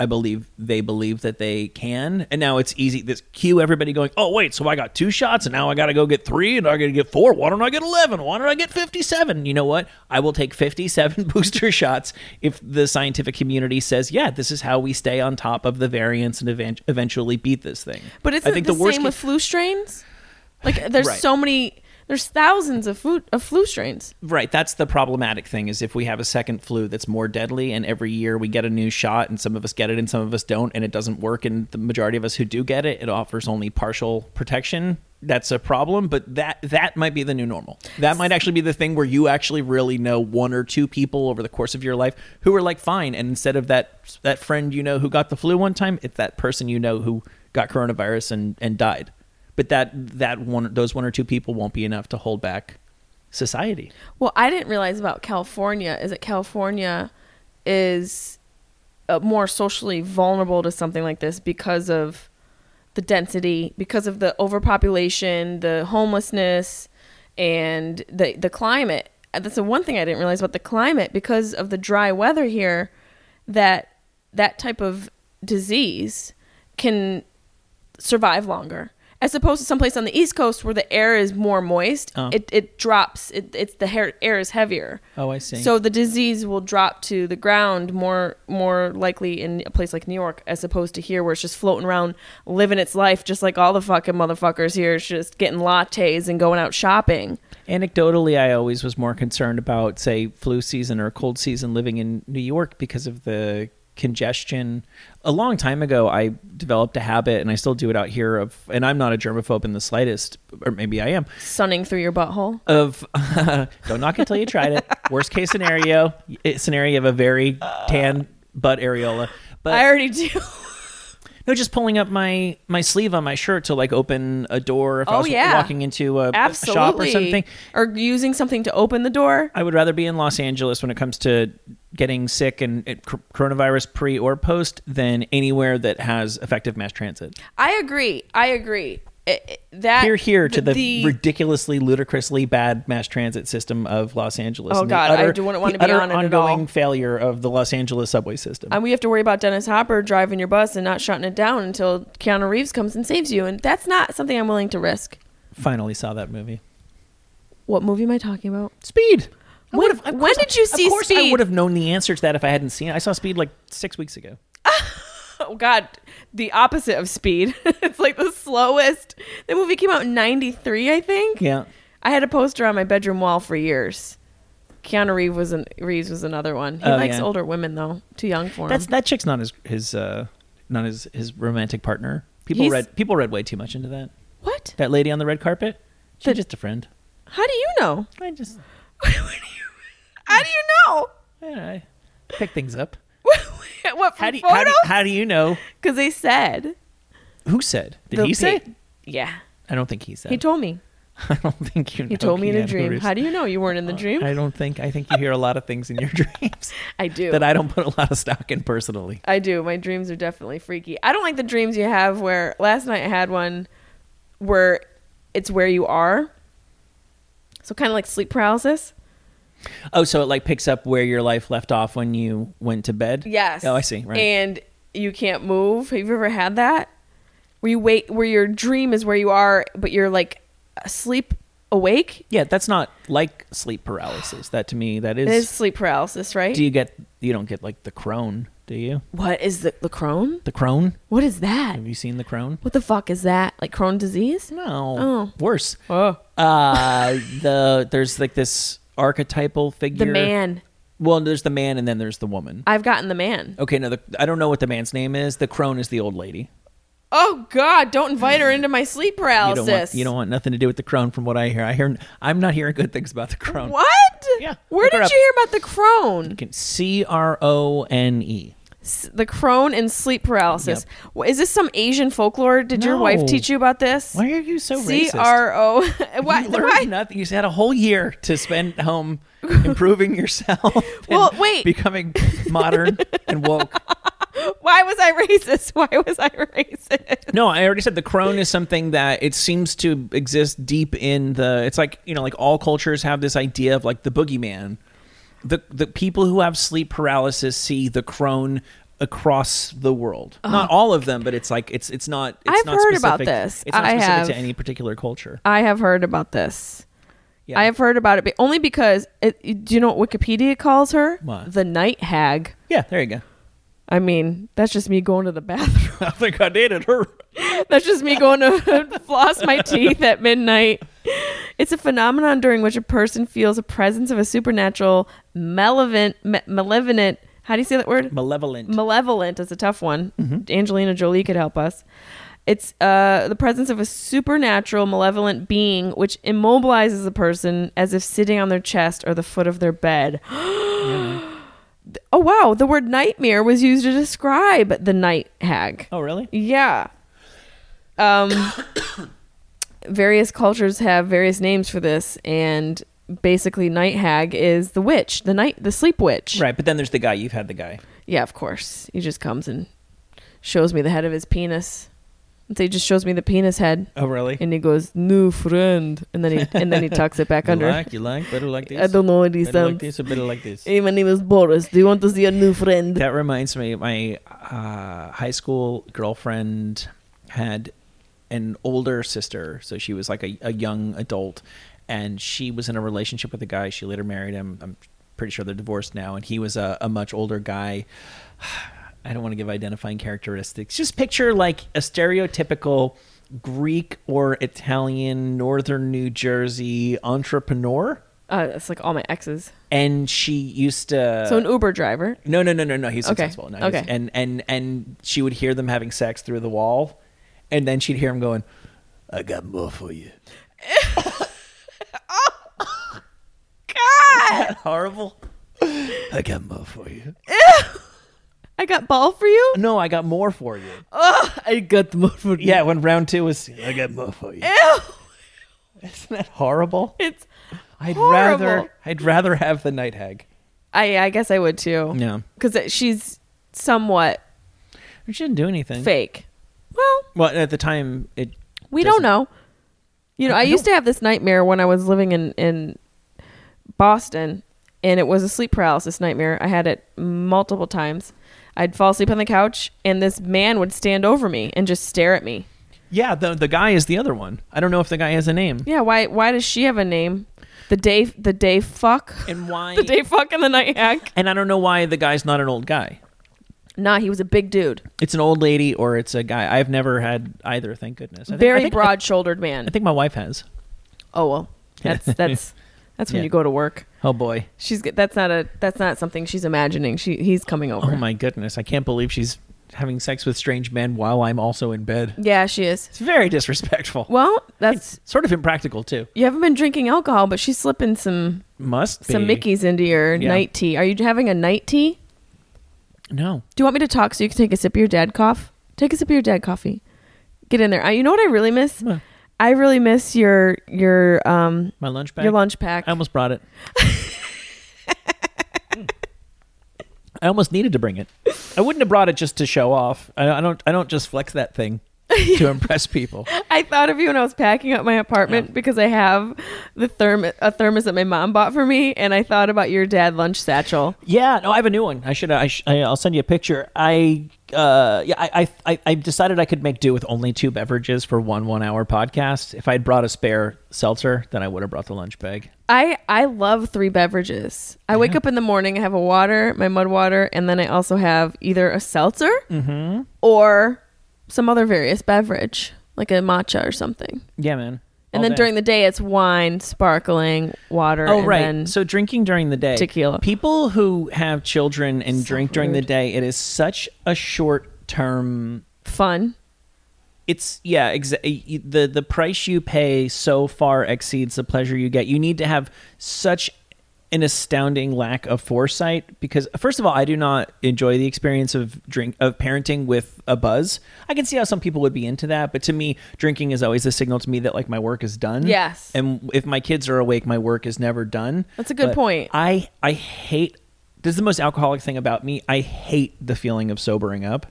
I believe they believe that they can, and now it's easy. This cue everybody going, "Oh wait, so I got two shots, and now I got to go get three, and I got to get four. Why don't I get eleven? Why don't I get fifty-seven? You know what? I will take fifty-seven [LAUGHS] booster shots if the scientific community says, "Yeah, this is how we stay on top of the variants and evan- eventually beat this thing." but isn't I think the, the worst same ca- [SIGHS] with flu strains? Like there's Right. so many There's thousands of flu, of flu strains. Right, that's the problematic thing is if we have a second flu that's more deadly and every year we get a new shot and some of us get it and some of us don't and it doesn't work and the majority of us who do get it it offers only partial protection. That's a problem, but that that might be the new normal. That might actually be the thing where you actually really know one or two people over the course of your life who are like fine and instead of that that friend you know who got the flu one time, it's that person you know who got coronavirus and and died. But that that one those one or two people won't be enough to hold back society. Well, I didn't realize about California is that California is uh, more socially vulnerable to something like this because of the density, because of the overpopulation, the homelessness, and the the climate. And That's the one thing I didn't realize about the climate because of the dry weather here that that type of disease can survive longer as opposed to someplace on the east coast where the air is more moist Oh. it, it drops it, it's the hair, air is heavier Oh, I see. so the disease will drop to the ground more more likely in a place like new york as opposed to here where it's just floating around living its life just like all the fucking motherfuckers here it's just getting lattes and going out shopping Anecdotally, I always was more concerned about, say, flu season or cold season living in New York because of the congestion. A long time ago, I developed a habit, and I still do it out here, of, and I'm not a germaphobe in the slightest, or maybe I am, sunning through your butthole of [LAUGHS] don't knock it till you tried it. Worst case scenario, eh, scenario of a very tan butt areola. But i already do no, just pulling up my my sleeve on my shirt to like open a door if I Oh, was yeah. walking into a, a absolutely shop or something. or using something to open the door I would rather be in Los Angeles when it comes to getting sick and it, cr- coronavirus pre or post than anywhere that has effective mass transit. i agree i agree It- it- that Here, here to the, the ridiculously, ludicrously bad mass transit system of Los Angeles. Oh, and the God, I do- wouldn't want the to be utter on it at ongoing all. failure of the Los Angeles subway system. and we have to worry about Dennis Hopper driving your bus and not shutting it down until Keanu Reeves comes and saves you. And that's not something I'm willing to risk. Finally saw that movie. What movie am I talking about? Speed. I When- would've- of when course- did you see Of course, I Speed? would have known the answer to that if I hadn't seen it. I saw Speed like six weeks ago. [LAUGHS] Oh God, the opposite of speed. [LAUGHS] it's like the slowest. The movie came out in '93, I think. Yeah. I had a poster on my bedroom wall for years. Keanu Reeves was an, Reeves was another one. He Oh, likes yeah. older women though. Too young for him. That's that chick's not his his uh, not his his romantic partner. People He's- read people read way too much into that. what? That lady on the red carpet, she's The- just a friend. How do you know? [LAUGHS] I just What do you- How do you know? [LAUGHS] I, don't know, I pick things [LAUGHS] up. what How from do you, how do, photos? you- how do you know Because they said. who said? Did the he say? pic- Yeah, I don't think he said. he told me. [LAUGHS] I don't think you. He told me in a dream. How do you know you weren't in the dream? Oh, I don't think. I think you hear a lot of things in your [LAUGHS] dreams I do. that I don't put a lot of stock in personally. I do. My dreams are definitely freaky. I don't like the dreams you have where last night I had one where it's where you are. So kind of like sleep paralysis. Oh, so it like picks up where your life left off when you went to bed. Yes. Oh, I see. Right. And you can't move. Have you ever had that? Where you wait where your dream is where you are, but you're like asleep awake? yeah, that's not like sleep paralysis. That to me, that It is is sleep paralysis, right? Do you get you don't get like the crone, do you? what is the the crone? The crone? What is that? Have you seen the crone? What the fuck is that? Like Crohn disease? No. Oh. Worse. Oh. Uh [LAUGHS] the there's like this archetypal figure. The man. Well, there's the man and then there's the woman. I've gotten the man. Okay, no, the, I don't know what the man's name is. The crone is the old lady. Oh God! Don't invite her into my sleep You paralysis. don't, want, you don't want nothing to do with the crone, from what I hear. I hear I'm not hearing good things about the crone. What? Yeah, Where look her did up. you hear about the crone? C R O N E. S- The crone and sleep paralysis. Wh- Is this some Asian folklore? Did your wife No. teach you about this? Why are you so C racist? R O. E. [LAUGHS] Why? You learned why- nothing. You had a whole year to spend home improving [LAUGHS] yourself. and Well, wait. Becoming modern and woke. [LAUGHS] Why was I racist? Why was I racist? No, I already said the crone is something that it seems to exist deep in the. It's like you know, like all cultures have this idea of like the boogeyman. The the people who have sleep paralysis see the crone across the world. Not all of them, but it's like it's it's not. It's I've not heard specific. about this. It's not I specific to have. any particular culture. I have heard about this. Yeah. I have heard about it, but only because it, do you know what Wikipedia calls her? What? The night hag. Yeah, there you go. I mean, that's just me going to the bathroom. [LAUGHS] I think I dated her. [LAUGHS] That's just me going to floss my teeth at midnight It's a phenomenon during which a person feels a presence of a supernatural, malevolent, ma- malevolent. How do you say that word? Malevolent. Malevolent is a tough one. Angelina Jolie could help us. It's uh, the presence of a supernatural, malevolent being which immobilizes a person as if sitting on their chest or the foot of their bed. [GASPS] Oh, wow. The word nightmare was used to describe the night hag. oh, really? Yeah. Um, [COUGHS] various cultures have various names for this, and basically, night hag is the witch, the night, the sleep witch. Right, but then there's the guy. You've had the guy. Yeah, of course. He just comes and shows me the head of his penis. And so he just shows me the penis head, Oh, really? and he goes, "New friend," and then he [LAUGHS] and then he tucks it back under. you like, better like [LAUGHS] I don't know what he said. this, or better like this. Hey, my name is Boris. Do you want to see a new friend? That reminds me, my uh, high school girlfriend had an older sister, so she was like a, a young adult, and she was in a relationship with a guy. She later married him. I'm pretty sure they're divorced now, and he was a, a much older guy. [SIGHS] I don't want to give identifying characteristics. Just picture like a stereotypical Greek or Italian, northern New Jersey entrepreneur. Uh, that's like all my exes. And she used to. So an [LAUGHS] Uber driver. No, no, no, no, no. He's Okay. successful. No, he's- Okay. and and and she would hear them having sex through the wall, and then she'd hear him going, "I got more for you." God, That horrible. I got more for you. I got ball [LAUGHS] for you. No, I got more for you. Oh, I got more for you. Yeah, when round two was, I got more for you. Ew. Isn't that horrible? [LAUGHS] It's I'd Horrible. rather I'd rather have the night hag. I I guess I would too. No, Cuz she's somewhat she didn't do anything. fake. Well, Well, at the time, it we Doesn't- don't know. You know, I, used to have this nightmare when I was living in in Boston and it was a sleep paralysis nightmare. I had it multiple times. I'd fall asleep on the couch and this man would stand over me and just stare at me. yeah. The the guy is the other one. I don't know if the guy has a name. Yeah, why why does she have a name? The day the day fuck. And why? [LAUGHS] the day fuck and the night hack. and I don't know why the guy's not an old guy. Nah, he was a big dude. It's an old lady or it's a guy. I've never had either, thank goodness. I think- I Very think- broad-shouldered man. I think my wife has. Oh well, [LAUGHS] that's that's that's when Yeah. you go to work. Oh boy. She's g- that's not a that's not something she's imagining. She he's coming over. Oh my goodness. I can't believe she's having sex with strange men while I'm also in bed. Yeah, she is. It's very disrespectful. Well, that's sort of impractical too. you haven't been drinking alcohol, but she's slipping some Must be. some Mickey's into your Yeah. night tea. Are you having a night tea? No. Do you want me to talk so you can take a sip of your dad cough? Take a sip of your dad coffee. Get in there. Uh, you know what I really miss? What? I really miss your your um My lunch bag. your lunch pack. I almost [LAUGHS] brought it. I almost needed to bring it. I wouldn't have brought it just to show off. I, I don't. I don't just flex that thing [LAUGHS] to impress people. I thought of you when I was packing up my apartment because I have the therm a thermos that my mom bought for me, and I thought about your dad lunch satchel. Yeah, no, I have a new one. I should. I sh- I- I'll send you a picture. I uh, yeah, I, I- I I decided I could make do with only two beverages for one one-hour podcast. If I had brought a spare seltzer, then I would have brought the lunch bag. I I love three beverages. I wake up in the morning, I have a water, my mud water, and then I also have either a seltzer Mm-hmm. or some other various beverage like a matcha or something. Yeah, man. And then during the day, it's wine, sparkling water. oh and right, then- so drinking during the day, Tequila. People who have children and So drink during the rude. day, it is such a short-term fun. it's yeah exa- the the price you pay so far exceeds the pleasure you get you need to have such an astounding lack of foresight because first of all i do not enjoy the experience of drink of parenting with a buzz i can see how some people would be into that but to me drinking is always a signal to me that like my work is done Yes. and if my kids are awake my work is never done That's a good But point. i i hate this is the most alcoholic thing about me i hate the feeling of sobering up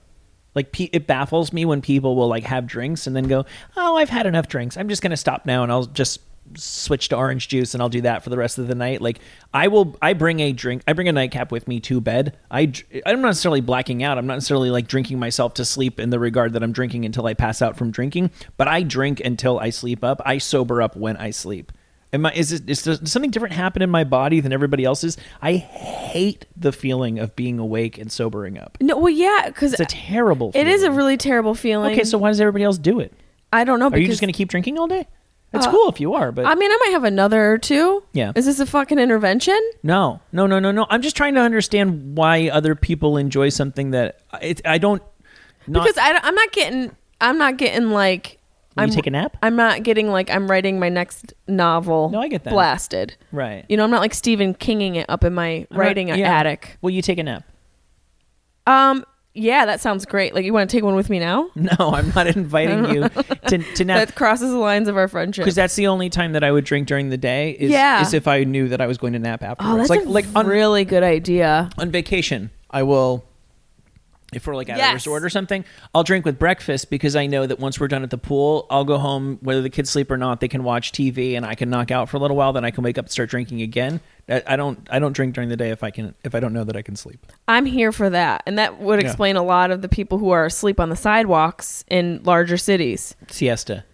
like pe- it baffles me when people will like have drinks and then go, "Oh, I've had enough drinks. I'm just going to stop now and I'll just switch to orange juice and I'll do that for the rest of the night." Like I will I bring a drink, I bring a nightcap with me to bed. I dr- I'm not necessarily blacking out. I'm not necessarily like drinking myself to sleep in the regard that I'm drinking until I pass out from drinking, but I drink until I sleep up. I sober up when I sleep. Am I, is it, is there- does something different happen in my body than everybody else's? I hate the feeling of being awake and sobering up. No, well, yeah, because It's a terrible. it is a feeling. really terrible feeling. Okay, so why does everybody else do it? I don't know. Are because Uh, you just going to keep drinking all day? It's cool if you are, but I mean, I might have another or two. Yeah. Is this a fucking intervention? no, no, no, no, no. I'm just trying to understand why other people enjoy something that it, I don't. Not, Because I, am not getting. I'm not getting like. Will you I'm, take a nap? I'm not getting like I'm writing my next novel. No, I get that. Blasted. right. You know, I'm not like Stephen Kinging it up in my I'm not- writing yeah. attic. Will you take a nap? [LAUGHS] Um. Yeah, that sounds great. Like, you want to take one with me now? No, I'm not inviting [LAUGHS] you to, to nap That crosses the lines of our friendship. because that's the only time that I would drink during the day. Is, Yeah. is if I knew that I was going to nap afterwards. Oh, that's like a like on really good idea. on vacation, I will. If we're like at a Yes. resort or something, I'll drink with breakfast because I know that once we're done at the pool, I'll go home, whether the kids sleep or not. They can watch TV and I can knock out for a little while. Then I can wake up and start drinking again. I, I don't. I don't drink during the day if I can. If I don't know that I can sleep. I'm here for that, and that would Yeah. explain a lot of the people who are asleep on the sidewalks in larger cities. Siesta.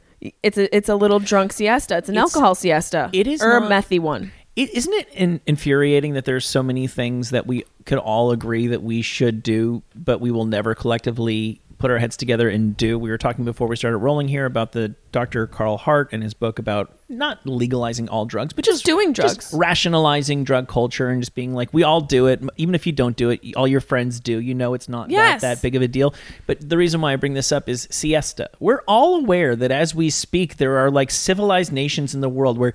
It's a it's a little drunk siesta. It's an It's- alcohol siesta. it is or not- a methy one. is isn't it in, infuriating that there's so many things that we could all agree that we should do, but we will never collectively put our heads together and do? We were talking before we started rolling here about the Dr. Carl Hart and his book about not legalizing all drugs, but just, Just doing drugs. rationalizing drug culture, and just being like, we all do it, even if you don't do it, all your friends do. You know, it's not that- Yes. that big of a deal. But the reason why I bring this up is siesta. We're all aware that as we speak, there are like civilized nations in the world where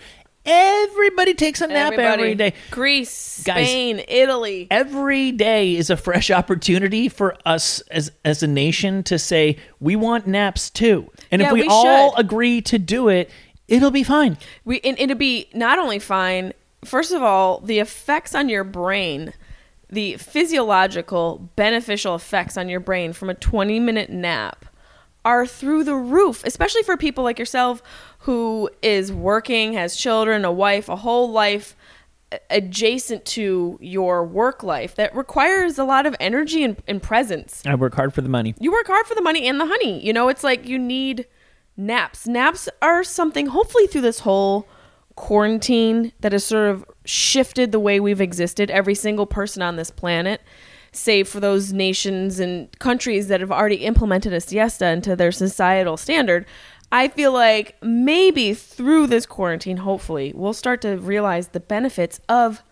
everybody takes a nap every day. Greece, Guys- Spain, Italy. Every day is a fresh opportunity for us as as a nation to say we want naps too. And if Yeah, we, we all should. agree to do it, it'll be fine. We and it'd be not only fine. First of all, the effects on your brain, the physiological beneficial effects on your brain from a 20 minute nap are through the roof, especially for people like yourself who is working, has children, a wife, a whole life a- adjacent to your work life that requires a lot of energy and, and presence I work hard for the money. you work hard for the money and the honey. You know, it's like you need naps. Naps are something, hopefully, through this whole quarantine that has sort of shifted the way we've existed, every single person on this planet, save for those nations and countries that have already implemented a siesta into their societal standard. I feel like maybe through this quarantine, hopefully, we'll start to realize the benefits of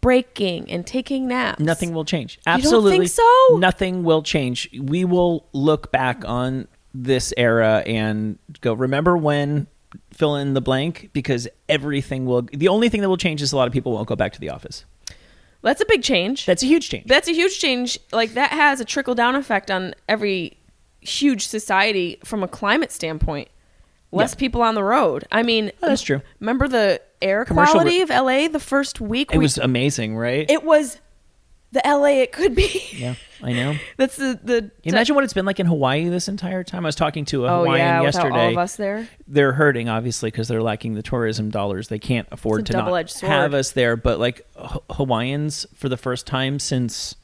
breaking and taking naps. Nothing will change. don't think Absolutely. so? Nothing will change. We will look back on this era and go, remember when fill in the blank because everything will the only thing that will change is a lot of people won't go back to the office. That's a big change. That's a huge change. That's a huge change. Like that has a trickle down effect on every huge society from a climate standpoint. Less Yeah. people on the road. I mean, Oh, that's true. Remember the air Commercial quality of LA the first week? it we, was amazing, right? it was the LA it could be. yeah, I know. [LAUGHS] That's the the Can you imagine what it's been like in Hawaii this entire time? I was talking to a Oh Hawaiian yeah, yesterday. without all of us there. They're hurting obviously because they're lacking the tourism dollars. They can't afford It's to a not double-edged sword. have us there. But like H- Hawaiians, for the first time since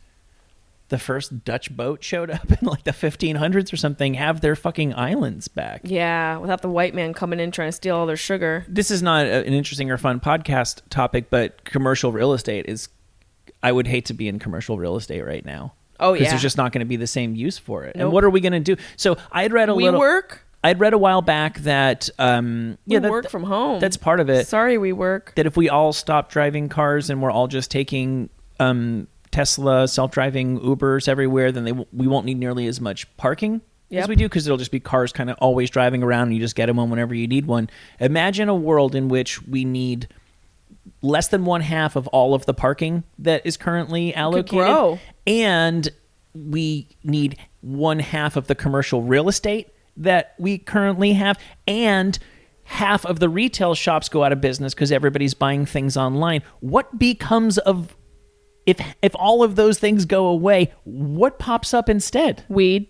the first Dutch boat showed up [LAUGHS] in like the 1500s or something, have their fucking islands back. Yeah, without the white man coming in trying to steal all their sugar. This is not a- an interesting or fun podcast topic, but commercial real estate is. I would hate to be in commercial real estate right now. Oh, because yeah. there's just not going to be the same use for it. And Nope. what are we going to do? So I'd read a we little. work. I'd read a while back that um We yeah, that- work from home. that's part of it. Sorry, we work. that if we all stop driving cars and we're all just taking um Tesla self-driving Ubers everywhere, then they w- we won't need nearly as much parking as Yep. we do because it'll just be cars kind of always driving around and you just get them one whenever you need one. Imagine a world in which we need less than one half of all of the parking that is currently allocated grow. and we need one half of the commercial real estate that we currently have and half of the retail shops go out of business because everybody's buying things online what becomes of if if all of those things go away what pops up instead Weed.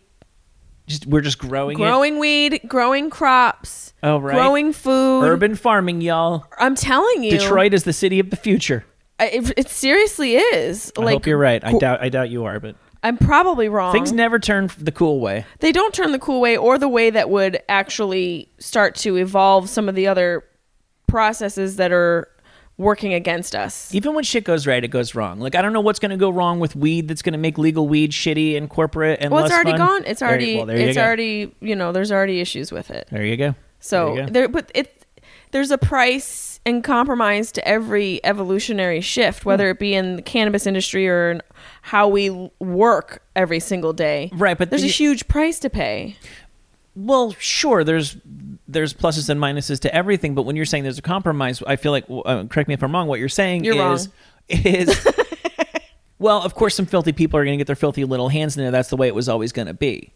just we're just growing, Growing weed, growing crops. Oh, right. Growing it food. urban farming y'all I'm telling you, detroit is the city of the future I- It, it seriously is. i like hope you're right i co- doubt i doubt you are but I'm probably wrong. things never turn the cool way they don't turn the cool way, or the way that would actually start to evolve some of the other processes that are working against us. Even when shit goes right, it goes wrong. Like I don't know what's going to go wrong with weed that's going to make legal weed shitty and corporate and Well, it's less fun. already gone. It's There you- already. well, there you it's go. already. You know, there's already issues with it. There you go. So There you go. there, but it there's a price and compromise to every evolutionary shift, Hmm. whether it be in the cannabis industry or in how we l- work every single day. Right, but there's a the- huge price to pay. well sure there's there's pluses and minuses to everything but when you're saying there's a compromise i feel like uh, correct me if i'm wrong what you're saying You're wrong. is [LAUGHS] is well of course some filthy people are going to get their filthy little hands in there that's the way it was always going to be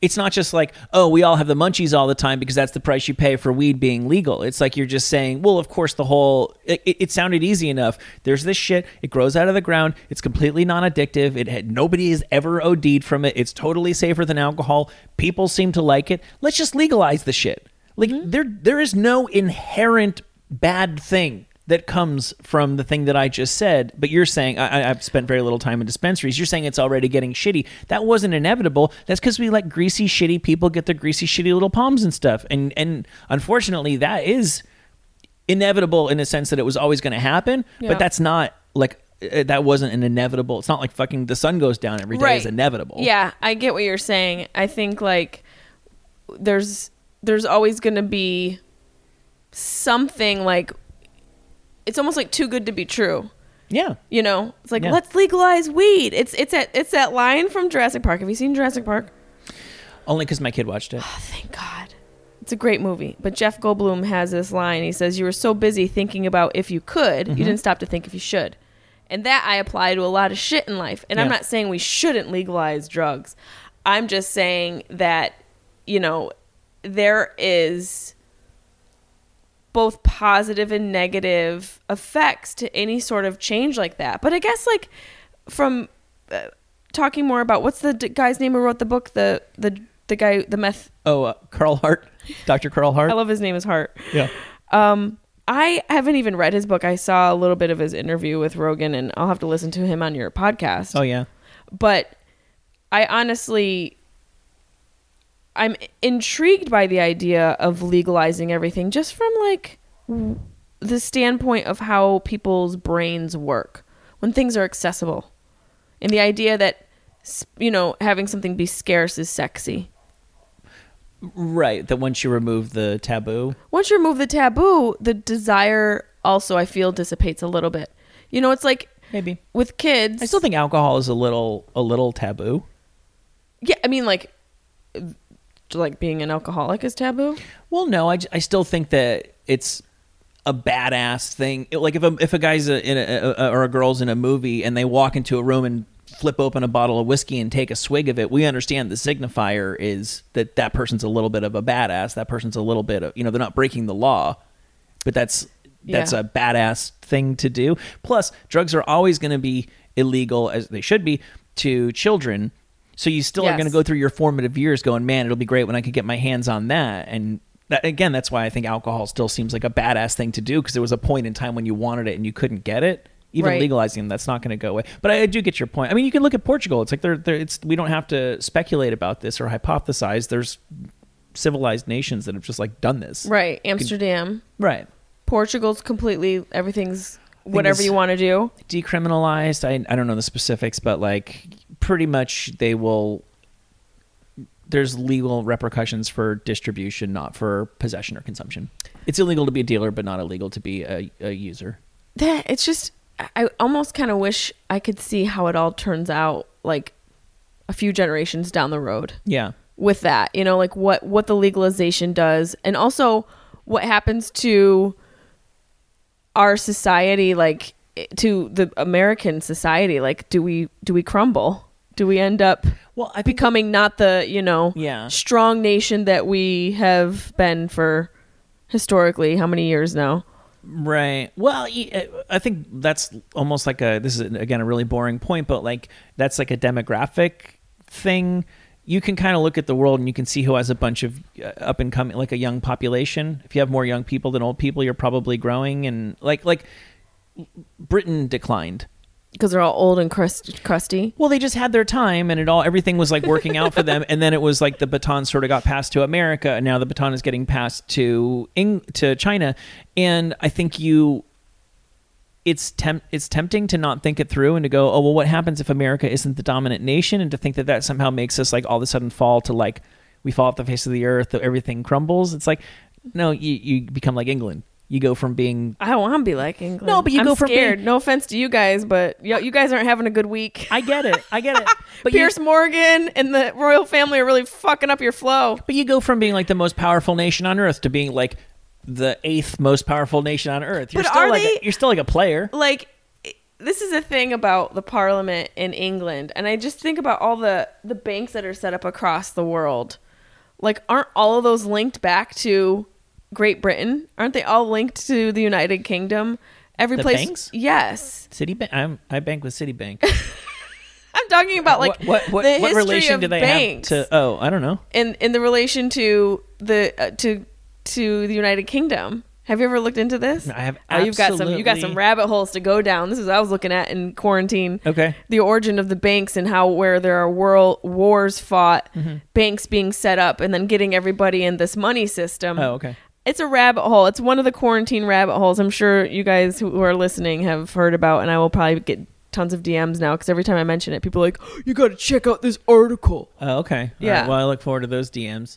it's not just like oh we all have the munchies all the time because that's the price you pay for weed being legal it's like you're just saying well of course the whole it, it, it sounded easy enough there's this shit it grows out of the ground it's completely non-addictive it had nobody has ever od'd from it it's totally safer than alcohol people seem to like it let's just legalize the shit like there there is no inherent bad thing that comes from the thing that I just said, but you're saying I, I- I've spent very little time in dispensaries. You're saying it's already getting shitty. That wasn't inevitable. That's because we let greasy, shitty people get their greasy, shitty little palms and stuff. And and unfortunately, that is inevitable in a sense that it was always going to happen. Yeah. But that's not like uh, that wasn't an inevitable. It's not like fucking the sun goes down every day is inevitable. Yeah, I get what you're saying. I think like there's there's always going to be something like it's almost like too good to be true. yeah. You know, it's like Yeah. let's legalize weed. It's it's that it's that line from Jurassic Park. Have you seen Jurassic Park? Only because my kid watched it. Oh, thank God. It's a great movie. But Jeff Goldblum has this line. He says, "You were so busy thinking about if you could, you didn't stop to think if you should." And that I apply to a lot of shit in life. And I'm Yeah. not saying we shouldn't legalize drugs. I'm just saying that you know there is both positive and negative effects to any sort of change like that. But I guess like from uh, talking more about what's the d- guy's name who wrote the book the the the guy the meth Oh, uh, Carl Hart, Dr. Carl Hart. I love his name is Hart. yeah. Um, I haven't even read his book. I saw a little bit of his interview with Rogan, and I'll have to listen to him on your podcast. Oh yeah. But I honestly, I'm intrigued by the idea of legalizing everything, just from like w- the standpoint of how people's brains work when things are accessible, and the idea that s- you know having something be scarce is sexy. Right. That once you remove the taboo. once you remove the taboo, the desire also I feel dissipates a little bit. You know, it's like Maybe. with kids. I still think alcohol is a little a little taboo. yeah, I mean, like, like being an alcoholic is taboo. Well, no, I, j- I still think that it's a badass thing. It- like if a if a guy's a, in a, a, or a girl's in a movie and they walk into a room and flip open a bottle of whiskey and take a swig of it, we understand the signifier is that that person's a little bit of a badass. That person's a little bit of you know they're not breaking the law, but that's that's Yeah. a badass thing to do. Plus, drugs are always going to be illegal as they should be to children. So you still are Yes. going to go through your formative years going, man, it'll be great when I could get my hands on that. And that, again, that's why I think alcohol still seems like a badass thing to do because there was a point in time when you wanted it and you couldn't get it. Even Right. legalizing that's not going to go away. But I, I do get your point. I mean, you can look at Portugal. It's like they're, they're it's we don't have to speculate about this or hypothesize. There's civilized nations that have just like done this. Right. Amsterdam, Right. Portugal's completely everything's whatever is- you want to do. decriminalized. I, I don't know the specifics, but like pretty much they will. There's legal repercussions for distribution, not for possession or consumption. It's illegal to be a dealer, but not illegal to be a, a user. That it's just I- I almost kind of wish I could see how it all turns out, like a few generations down the road. Yeah. with that you know like what what the legalization does and also what happens to our society like to the american society like do we do we crumble do we end up Well, I think becoming not the you know Yeah. strong nation that we have been for historically how many years now Right. Well, y- uh, I think that's almost like a this is again a really boring point, but like that's like a demographic thing. You can kind of look at the world and you can see who has a bunch of uh, up and coming like a young population. If you have more young people than old people, you're probably growing and like like Britain declined. because they're all old and crust, crusty Well, they just had their time and it all everything was like working out for them and then it was like the baton sort of got passed to America and now the baton is getting passed to Eng- to China and I think you it's temp- it's tempting to not think it through and to go, "Oh, well what happens if America isn't the dominant nation?" and to think that that somehow makes us like all of a sudden fall to like we fall off the face of the earth, that everything crumbles. It's like No, you you become like England. You go from being I don't want to be like England. No, but you I'm go from scared. being- no offense to you guys, but you, you guys aren't having a good week. I get it. I get it. But you, Pierce Morgan and the royal family are really fucking up your flow. but you go from being like the most powerful nation on earth to being like the eighth most powerful nation on earth. You're But still are like they- a, you're still like a player. like i- this is a thing about the parliament in England and I just think about all the the banks that are set up across the world. Like aren't all of those linked back to Great Britain? Aren't they all linked to the United Kingdom? Every The place banks? Yes. Citibank. I'm, I bank with Citibank. I'm talking about like what what, what, the what history relation of do they banks have to? Oh, I don't know. in in the relation to the uh, to to the United Kingdom. Have you ever looked into this? I have Oh, you've got some you got some absolutely- rabbit holes to go down. This is what I was looking at in quarantine. Okay. The origin of the banks and how where there are world wars fought, Mm-hmm. banks being set up and then getting everybody in this money system. Oh, okay. It's a rabbit hole. It's one of the quarantine rabbit holes. I'm sure you guys who who are listening have heard about, and I will probably get tons of DMs now because every time I mention it, people are like, [GASPS] "You got to check out this article." Oh, okay. All right. Yeah. Well, I look forward to those [LAUGHS] DMs.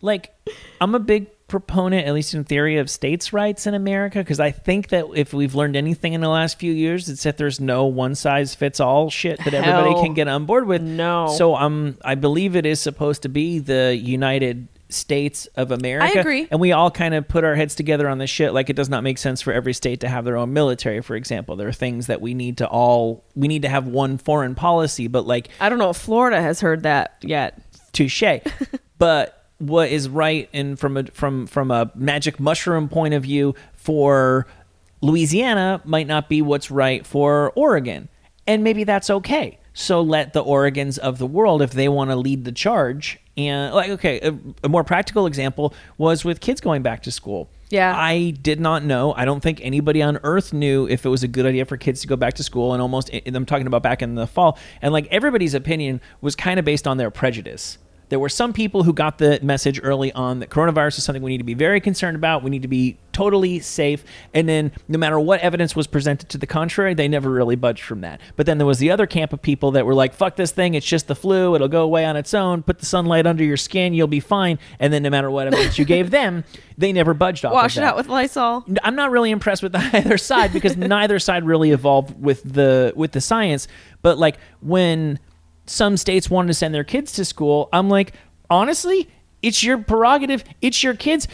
like, I'm a big proponent, at least in theory, of states' rights in America because I think that if we've learned anything in the last few years, it's that there's no one size fits all shit that everybody Hell can get on board with. no. So um, I believe it is supposed to be the United States of America. agree. And we all kind of put our heads together on this shit. Like it does not make sense for every state to have their own military, for example. There are things that we need to all we need to have one foreign policy, but like I don't know if Florida has heard that yet. touche. but what is right and from a from from a magic mushroom point of view for Louisiana might not be what's right for Oregon. And maybe that's okay. So let the Oregons of the world if they want to lead the charge. And like okay, a, a more practical example was with kids going back to school. Yeah. I did not know. I don't think anybody on earth knew if it was a good idea for kids to go back to school and almost and I'm talking about back in the fall and like everybody's opinion was kind of based on their prejudice. There were some people who got the message early on that coronavirus is something we need to be very concerned about. We need to be totally safe. And then, no matter what evidence was presented to the contrary, they never really budged from that. But then there was the other camp of people that were like, fuck this thing. It's just the flu. It'll go away on its own. Put the sunlight under your skin. You'll be fine. And then, no matter what evidence you gave them, they never budged off of Wash it that. out with Lysol. I'm not really impressed with [LAUGHS] either side because neither side really evolved with the with the science. But like when some states wanted to send their kids to school, I'm like, honestly, it's your prerogative. It's your kids.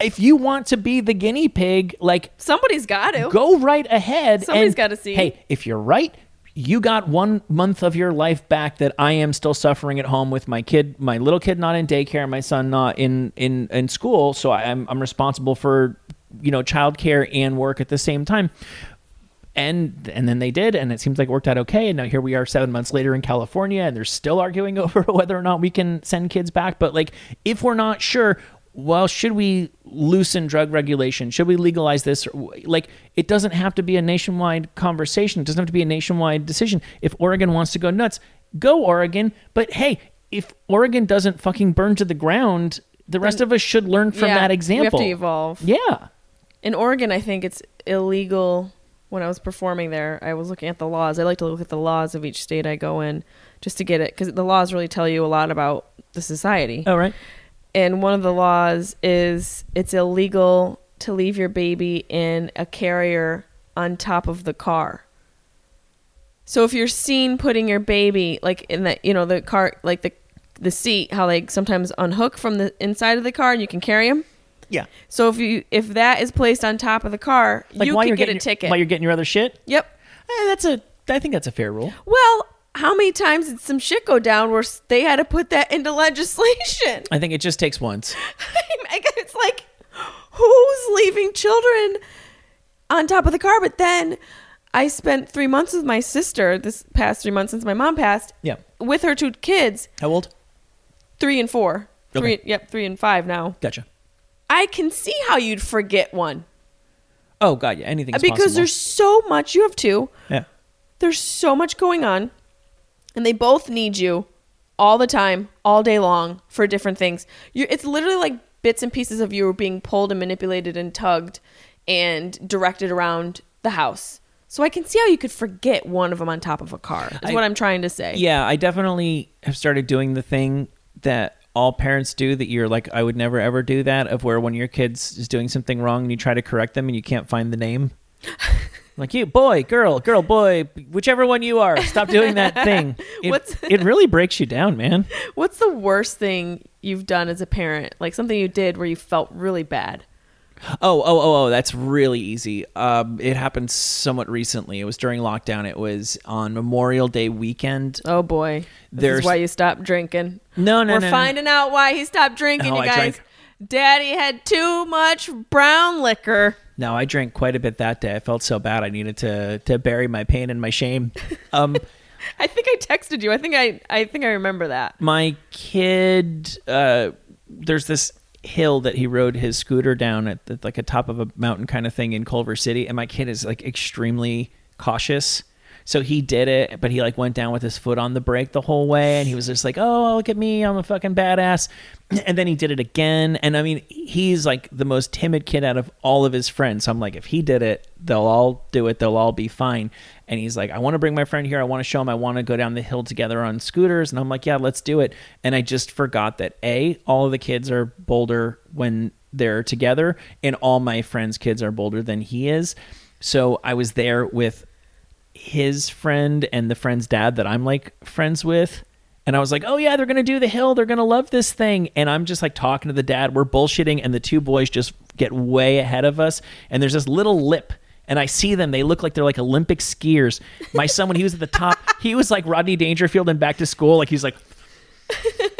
If you want to be the guinea pig, like Somebody's got to. go right ahead. Somebody's and, gotta see. Hey, if you're right, you got one month of your life back that I am still suffering at home with my kid, my little kid not in daycare, my son not in in in school. So I'm I'm responsible for you know childcare and work at the same time. And and then they did, and it seems like it worked out okay. And now here we are, seven months later in California, and they're still arguing [LAUGHS] over whether or not we can send kids back. But like, if we're not sure, well, should we loosen drug regulation? Should we legalize this? Or, Like, it doesn't have to be a nationwide conversation. It doesn't have to be a nationwide decision. If Oregon wants to go nuts, go Oregon. But hey, if Oregon doesn't fucking burn to the ground, the rest of us should learn from Yeah, that example. We have to evolve. Yeah. In Oregon, I think it's illegal. When I was performing there, I was looking at the laws. I like to look at the laws of each state I go in just to get it because the laws really tell you a lot about the society. All right. And one of the laws is it's illegal to leave your baby in a carrier on top of the car. So if you're seen putting your baby like in the you know the car like the the seat how they sometimes unhook from the inside of the car and you can carry them. Yeah. So if you if that is placed on top of the car, you while could you're get a getting your- ticket. While you're getting your other shit? yep. Eh, that's a. I think that's a fair rule. Well, how many times did some shit go down where s- they had to put that into legislation? I think it just takes once. [LAUGHS] I guess it's like who's leaving children on top of the car? But then I spent three months with my sister this past three months since my mom passed. Yeah. With her two kids, How old? three and four. Okay. Three yep, three and five now. Gotcha. I can see how you'd forget one. Oh God, yeah. Anything's because possible. there's so much you have two. yeah. There's so much going on. And they both need you all the time, all day long for different things. You it's literally like bits and pieces of you are being pulled and manipulated and tugged and directed around the house. So I can see how you could forget one of them on top of a car. Is I- what I'm trying to say. Yeah, I definitely have started doing the thing that all parents do that you're like, I would never ever do that, of where when your kid's is doing something wrong and you try to correct them and you can't find the [LAUGHS] name? like you, boy, girl, girl, boy, whichever one you are, stop doing that [LAUGHS] thing. It, What's- it really breaks you down, man. What's the worst thing you've done as a parent? Like something you did where you felt really bad. Oh, oh, oh, oh, that's really easy. Um, it happened somewhat recently. It was during lockdown. It was on Memorial Day weekend. Oh boy, this There's- is why you stopped drinking. No, no, We're no, no. finding out why he stopped drinking, No, you I guys. drank. Daddy had too much brown liquor. No, I drank quite a bit that day. I felt so bad. I needed to to bury my pain and my shame. Um, I think I texted you. I think I I think I remember that. my kid, uh, there's this hill that he rode his scooter down at the, like a top of a mountain kind of thing in Culver City, and my kid is like extremely cautious. So he did it, but he like went down with his foot on the brake the whole way, and he was just like, "Oh, look at me, I'm a fucking badass." [CLEARS THROAT] And then he did it again, and I mean, he's like the most timid kid out of all of his friends. So I'm like, if he did it, they'll all do it, they'll all be fine. And he's like, I want to bring my friend here, I want to show him, I want to go down the hill together on scooters, and I'm like, yeah, let's do it. And I just forgot that a all of the kids are bolder when they're together, and all my friends' kids are bolder than he is. So I was there with his friend and the friend's dad that I'm like friends with. And I was like, oh yeah, they're gonna do the hill. They're gonna love this thing. And I'm just like talking to the dad. We're bullshitting, and the two boys just get way ahead of us. And there's this little lip, and I see them. They look like they're like Olympic skiers. My son, when he was at the top, he was like Rodney Dangerfield and back to school. Like he's like,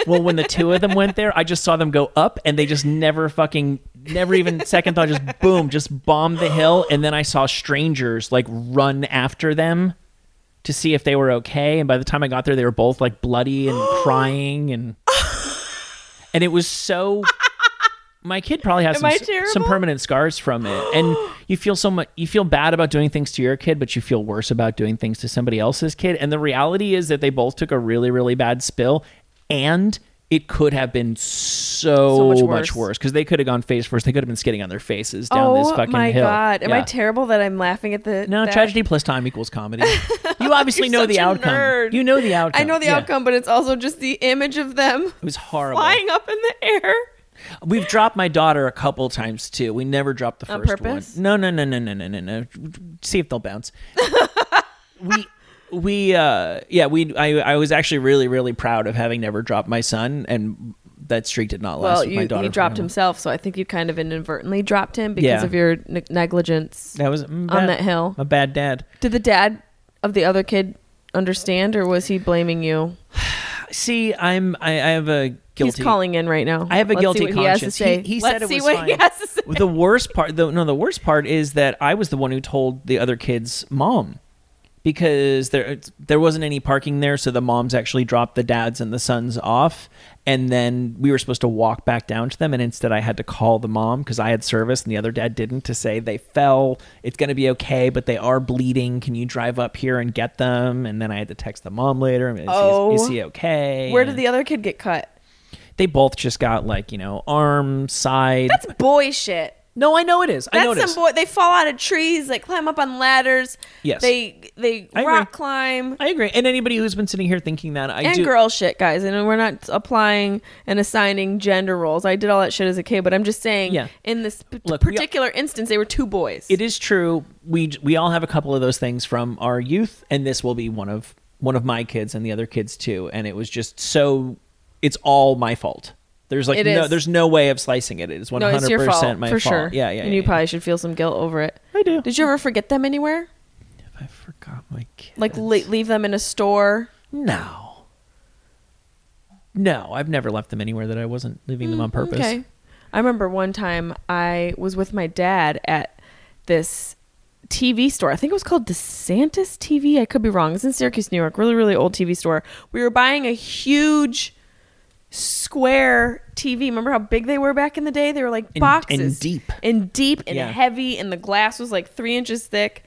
well, when the two of them went there, I just saw them go up and they just never fucking, never even second thought, just boom, just bombed the hill. And then I saw strangers like run after them to see if they were okay. And by the time I got there, they were both like bloody [GASPS] and crying. And, and it was so. My kid probably has Am some, I s- some terrible? permanent scars from it. [GASPS] And you feel so much, you feel bad about doing things to your kid, but you feel worse about doing things to somebody else's kid. And the reality is that they both took a really, really bad spill and it could have been so, So much much worse. worse because they could have gone face first. They could have been skidding on their faces down oh this fucking my hill. god, am I Yeah. terrible that I'm laughing at the No, that? tragedy plus time equals [LAUGHS] comedy. You obviously know such the a outcome. nerd. You know the outcome. I know the Yeah. outcome, but it's also just the image of them It was horrible. flying up in the air. We've dropped my daughter a couple times too. We never dropped the On first purpose? one. No, no, no, no, no, no, no, no. See if they'll [LAUGHS] bounce. we we uh yeah, we I I was actually really really proud of having never dropped my son and that streak did not last Well, with my you, daughter. he for dropped how long. himself, so I think you kind of inadvertently dropped him because Yeah. of your ne- negligence. That was on that hill. A bad dad. Did the dad of the other kid understand, or was he blaming you? See, I'm I, I have a guilty He's calling in right now. I have a Let's guilty see what conscience. He, has to say. He, he Let's said it see was what fine. he has to say. The worst part, the, no, the worst part is that I was the one who told the other kid's mom because there there wasn't any parking there, so the moms actually dropped the dads and the sons off, and then we were supposed to walk back down to them, and instead I had to call the mom because I had service and the other dad didn't to say they fell, it's gonna be okay, but they are bleeding. Can you drive up here and get them? And then I had to text the mom later. Is, Oh. he, is he okay? Where did the other kid get cut? they both just got like you know arm side That's boy shit. no i know it is i know That's it is some boy. They fall out of trees. They climb up on ladders. Yes. They they I rock agree. climb. i agree and anybody who's been sitting here thinking that i and do girl shit, guys. And we're not applying and assigning gender roles. I did all that shit as a kid, but I'm just saying. Yeah. In this p- Look, we- particular instance, they were two boys. it is true we we all have a couple of those things from our youth and this will be one of one of my kids and the other kids too and it was just so it's all my fault there's like It no is. there's no way of slicing it it's 100% no, it's your fault my for fault sure. yeah yeah And yeah, you yeah. probably should feel some guilt over it. i do Did you ever forget them anywhere? i forgot my kid Like le- leave them in a store? no no i've never left them anywhere that i wasn't leaving them on purpose Mm, Okay. I remember one time I was with my dad at this TV store. I think it was called DeSantis TV. I could be wrong. It's in Syracuse, New York. Really, really old TV store. We were buying a huge square TV. Remember how big they were back in the day? They were like And- boxes. and deep. And deep and Yeah. heavy. And the glass was like three inches thick.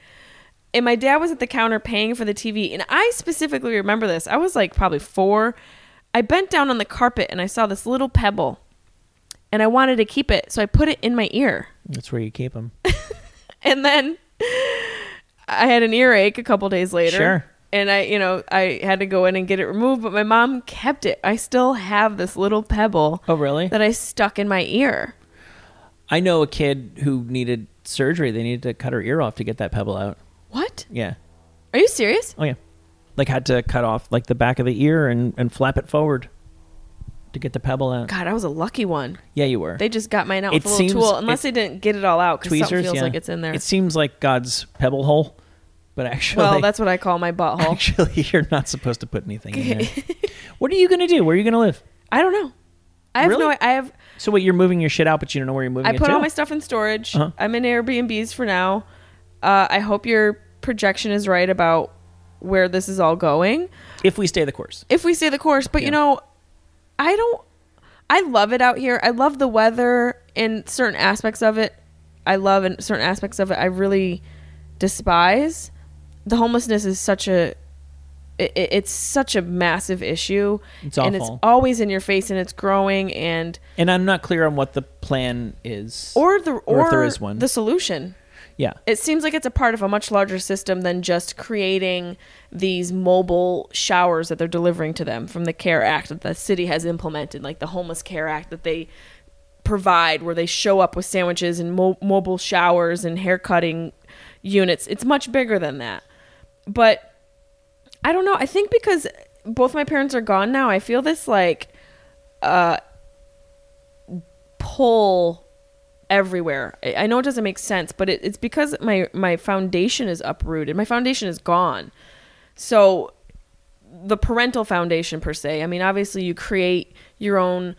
And my dad was at the counter paying for the TV. And I specifically remember this. I was like probably four. I bent down on the carpet and I saw this little pebble and I wanted to keep it, so I put it in my ear. [LAUGHS] that's where you keep them And then I had an earache a couple days later. Sure. and I, you know, I had to go in and get it removed, but my mom kept it. I still have this little pebble Oh, really? that I stuck in my ear. I know a kid who needed surgery. They needed to cut her ear off to get that pebble out. What? Yeah. Are you serious? Oh yeah. Like had to cut off like the back of the ear and and flap it forward to get the pebble out. God, I was a lucky one. Yeah, you were. They just got mine out It with a little seems- tool, unless it- they didn't get it all out because something tweezers. feels yeah. like it's in there. It seems like God's pebble hole, but actually, [LAUGHS] [LAUGHS] well, that's what I call my butthole. actually you're not supposed to put anything in [LAUGHS] there. what are you gonna do? Where are you gonna live? I don't know. I have Really? no. I have. So wait, you're moving your shit out, but you don't know where you're moving I it put to. all my stuff in storage. Uh-huh. I'm in Airbnbs for now. Uh, I hope your projection is right about where this is all going. if we stay the course, if we stay the course. But Yeah. you know, I don't. I love it out here. I love the weather and certain aspects of it. I love and certain aspects of it. I really despise. The homelessness is such a. It, it- it's such a massive issue, It's and it's awful. always in your face, and it's growing, and and I'm not clear on what the plan is, or the or, Or if there is one. the solution. yeah, It seems like it's a part of a much larger system than just creating these mobile showers that they're delivering to them from the CARE Act that the city has implemented, like the Homeless Care Act that they provide, where they show up with sandwiches and mo- mobile showers and hair cutting units. It's much bigger than that. But I don't know. I think because both my parents are gone now, I feel this like uh, pull everywhere. I, I know it doesn't make sense, but it, it's because my my foundation is uprooted. My foundation is gone. So the parental foundation per se. I mean, obviously you create your own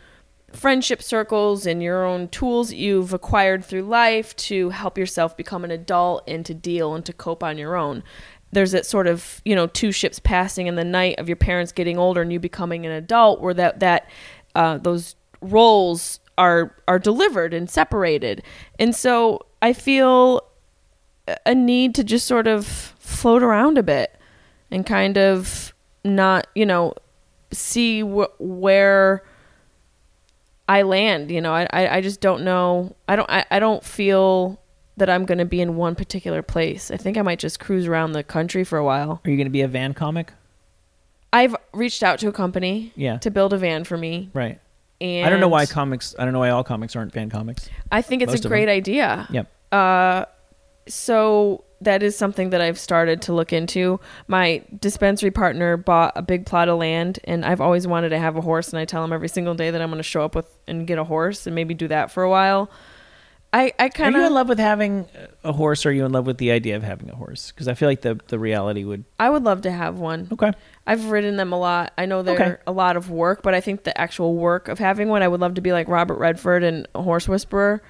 friendship circles and your own tools that you've acquired through life to help yourself become an adult and to deal and to cope on your own. There's that sort of, you know, two ships passing in the night of your parents getting older and you becoming an adult where that that uh, those roles are are delivered and separated. And so I feel a need to just sort of float around a bit and kind of not, you know, see wh- where I land. You know, I, I, I just don't know. I don't, I, I don't feel that I'm going to be in one particular place. I think I might just cruise around the country for a while. are you gonna be a van comic? I've reached out to a company Yeah. to build a van for me. Right. And I don't know why comics. I don't know why all comics aren't fan comics. I think it's most a of them. great idea. Yep. so that is something that I've started to look into. My dispensary partner bought a big plot of land, and I've always wanted to have a horse. And I tell him every single day that I'm going to show up with and get a horse, and maybe do that for a while. I I Are kind you in of love with having a horse? Or are you in love with the idea of having a horse? Because I feel like the the reality would. I would love to have one. Okay. I've ridden them a lot. I know they're Okay. a lot of work, but I think the actual work of having one, I would love to be like Robert Redford and a horse whisperer,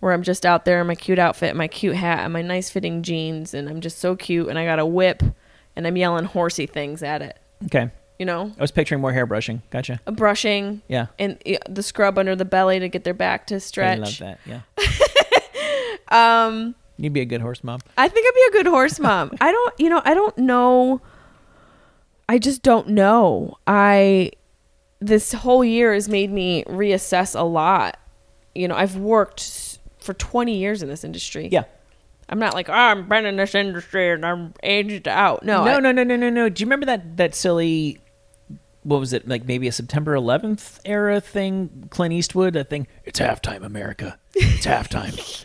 where I'm just out there in my cute outfit, and my cute hat, and my nice fitting jeans, and I'm just so cute, and I got a whip, and I'm yelling horsey things at it. Okay. You know, I was picturing more hair brushing. Gotcha. a brushing, Yeah. and uh, the scrub under the belly to get their back to stretch. I love that. [LAUGHS] Yeah. um. You'd be a good horse mom. I think I'd be a good horse mom. I don't, you know, I don't know. I just don't know. I this whole year has made me reassess a lot. You know, I've worked s- for 20 years in this industry. Yeah. I'm not like, oh, I'm been in this industry and I'm aged out. No, no, I- no, no, no, no, no. Do you remember that that silly? What was it like? Maybe a September 11th era thing. Clint Eastwood. That thing. It's halftime, America. It's [LAUGHS] halftime.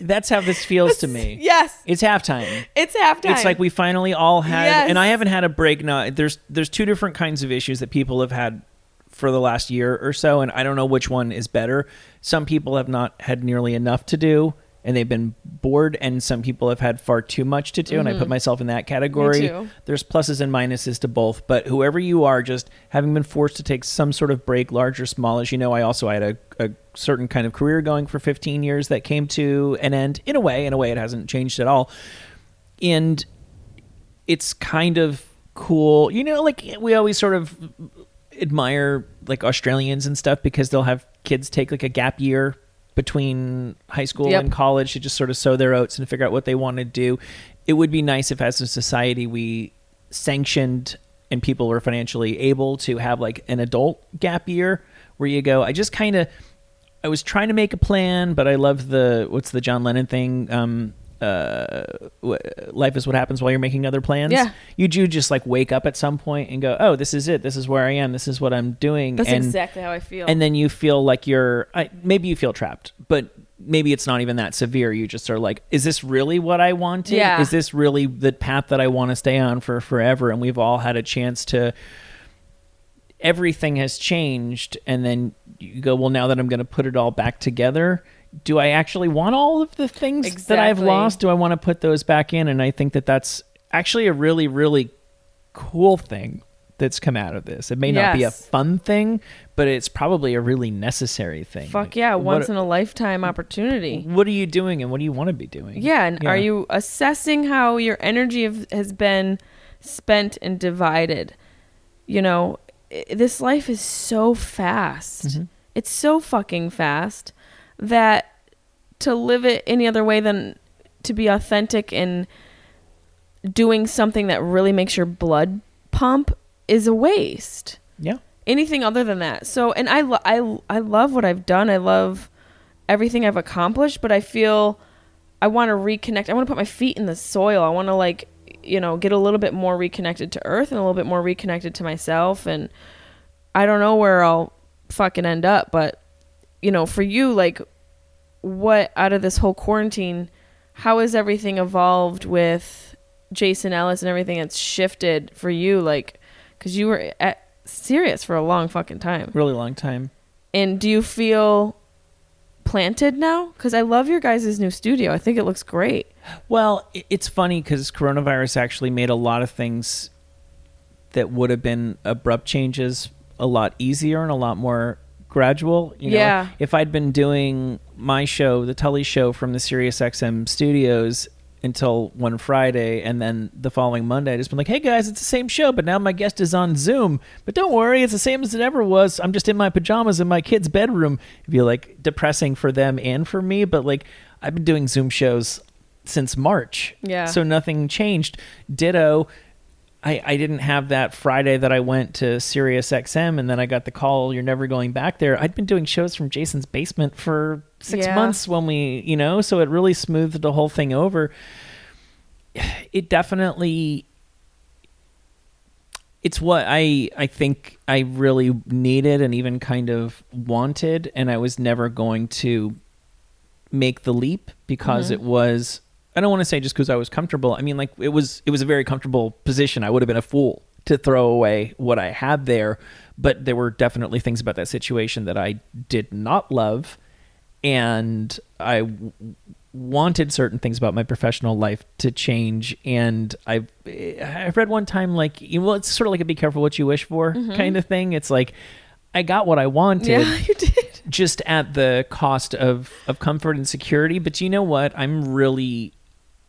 That's how this feels to me. Yes. It's halftime. It's halftime. It's like we finally all had, Yes. and I haven't had a break now. There's there's two different kinds of issues that people have had for the last year or so, and I don't know which one is better. Some people have not had nearly enough to do, and they've been bored, and some people have had far too much to do, and I put myself in that category. Mm-hmm. too. There's pluses and minuses to both, but whoever you are, just having been forced to take some sort of break, large or small, as you know, I also had a, a certain kind of career going for 15 years that came to an end in a way. In a way, it hasn't changed at all and it's kind of cool you know like we always sort of admire like australians and stuff because they'll have kids take like a gap year between high school Yep. and college to just sort of sow their oats and figure out what they want to do it would be nice if as a society we sanctioned and people were financially able to have like an adult gap year where you go i just kind of I was trying to make a plan, but I love the what's the John Lennon thing? Um, uh, w- Life is What Happens While You're Making Other Plans. Yeah. You do just like wake up at some point and go, oh, this is it. This is where I am. This is what I'm doing. That's and, exactly how I feel. And then you feel like you're, I, maybe you feel trapped, but maybe it's not even that severe. You just are like, is this really what I wanted? Yeah. Is this really the path that I want to stay on for forever? And we've all had a chance to, everything has changed and then you go well now that i'm going to put it all back together do i actually want all of the things that i've Exactly. lost do i want to put those back in and i think that that's actually a really really cool thing that's come out of this it may not be a Yes. fun thing but it's probably a really necessary thing Fuck yeah, What- Mm-hmm. once in a lifetime opportunity. what are you doing and what do you want to be doing Yeah, and are you assessing how your energy of- has been spent and divided? You know, i- this life is so fast. It's so fucking fast that to live it any other way than to be authentic and doing something that really makes your blood pump is a waste yeah anything other than that. So, and I, lo- I, I love what I've done. I love everything I've accomplished, but I feel I want to reconnect. I want to put my feet in the soil. I want to like, you know, get a little bit more reconnected to earth and a little bit more reconnected to myself. And I don't know where I'll fucking end up, but you know, for you, like what out of this whole quarantine, how has everything evolved with Jason Ellis and everything that's shifted for you? Like, because you were at, serious for a long fucking time. really long time And do you feel planted now? Because I love your guys' new studio. I think it looks great. Well, i- it's funny because coronavirus actually made a lot of things that would have been abrupt changes a lot easier and a lot more gradual. You Yeah. Know, if I'd been doing my show, the Tully show from the SiriusXM studios until one Friday and then the following Monday, I'd just been like, hey guys, it's the same show, but now my guest is on Zoom. But don't worry, it's the same as it ever was. I'm just in my pajamas in my kid's bedroom. It'd be like depressing for them and for me, but like I've been doing Zoom shows since March. Yeah. So nothing changed. Ditto. I, I didn't have that Friday that I went to Sirius XM and then I got the call, you're never going back there. I'd been doing shows from Jason's basement for six Yeah. months when we, you know, so it really smoothed the whole thing over. It definitely it's what I I think I really needed and even kind of wanted, and I was never going to make the leap because it was I don't want to say just because I was comfortable. I mean, like it was it was a very comfortable position. I would have been a fool to throw away what I had there, but there were definitely things about that situation that I did not love, and I w- wanted certain things about my professional life to change and i i've read one time like you well it's sort of like a be careful what you wish for kind of thing it's like i got what i wanted Yeah, [LAUGHS] you did. just at the cost of of comfort and security but you know what i'm really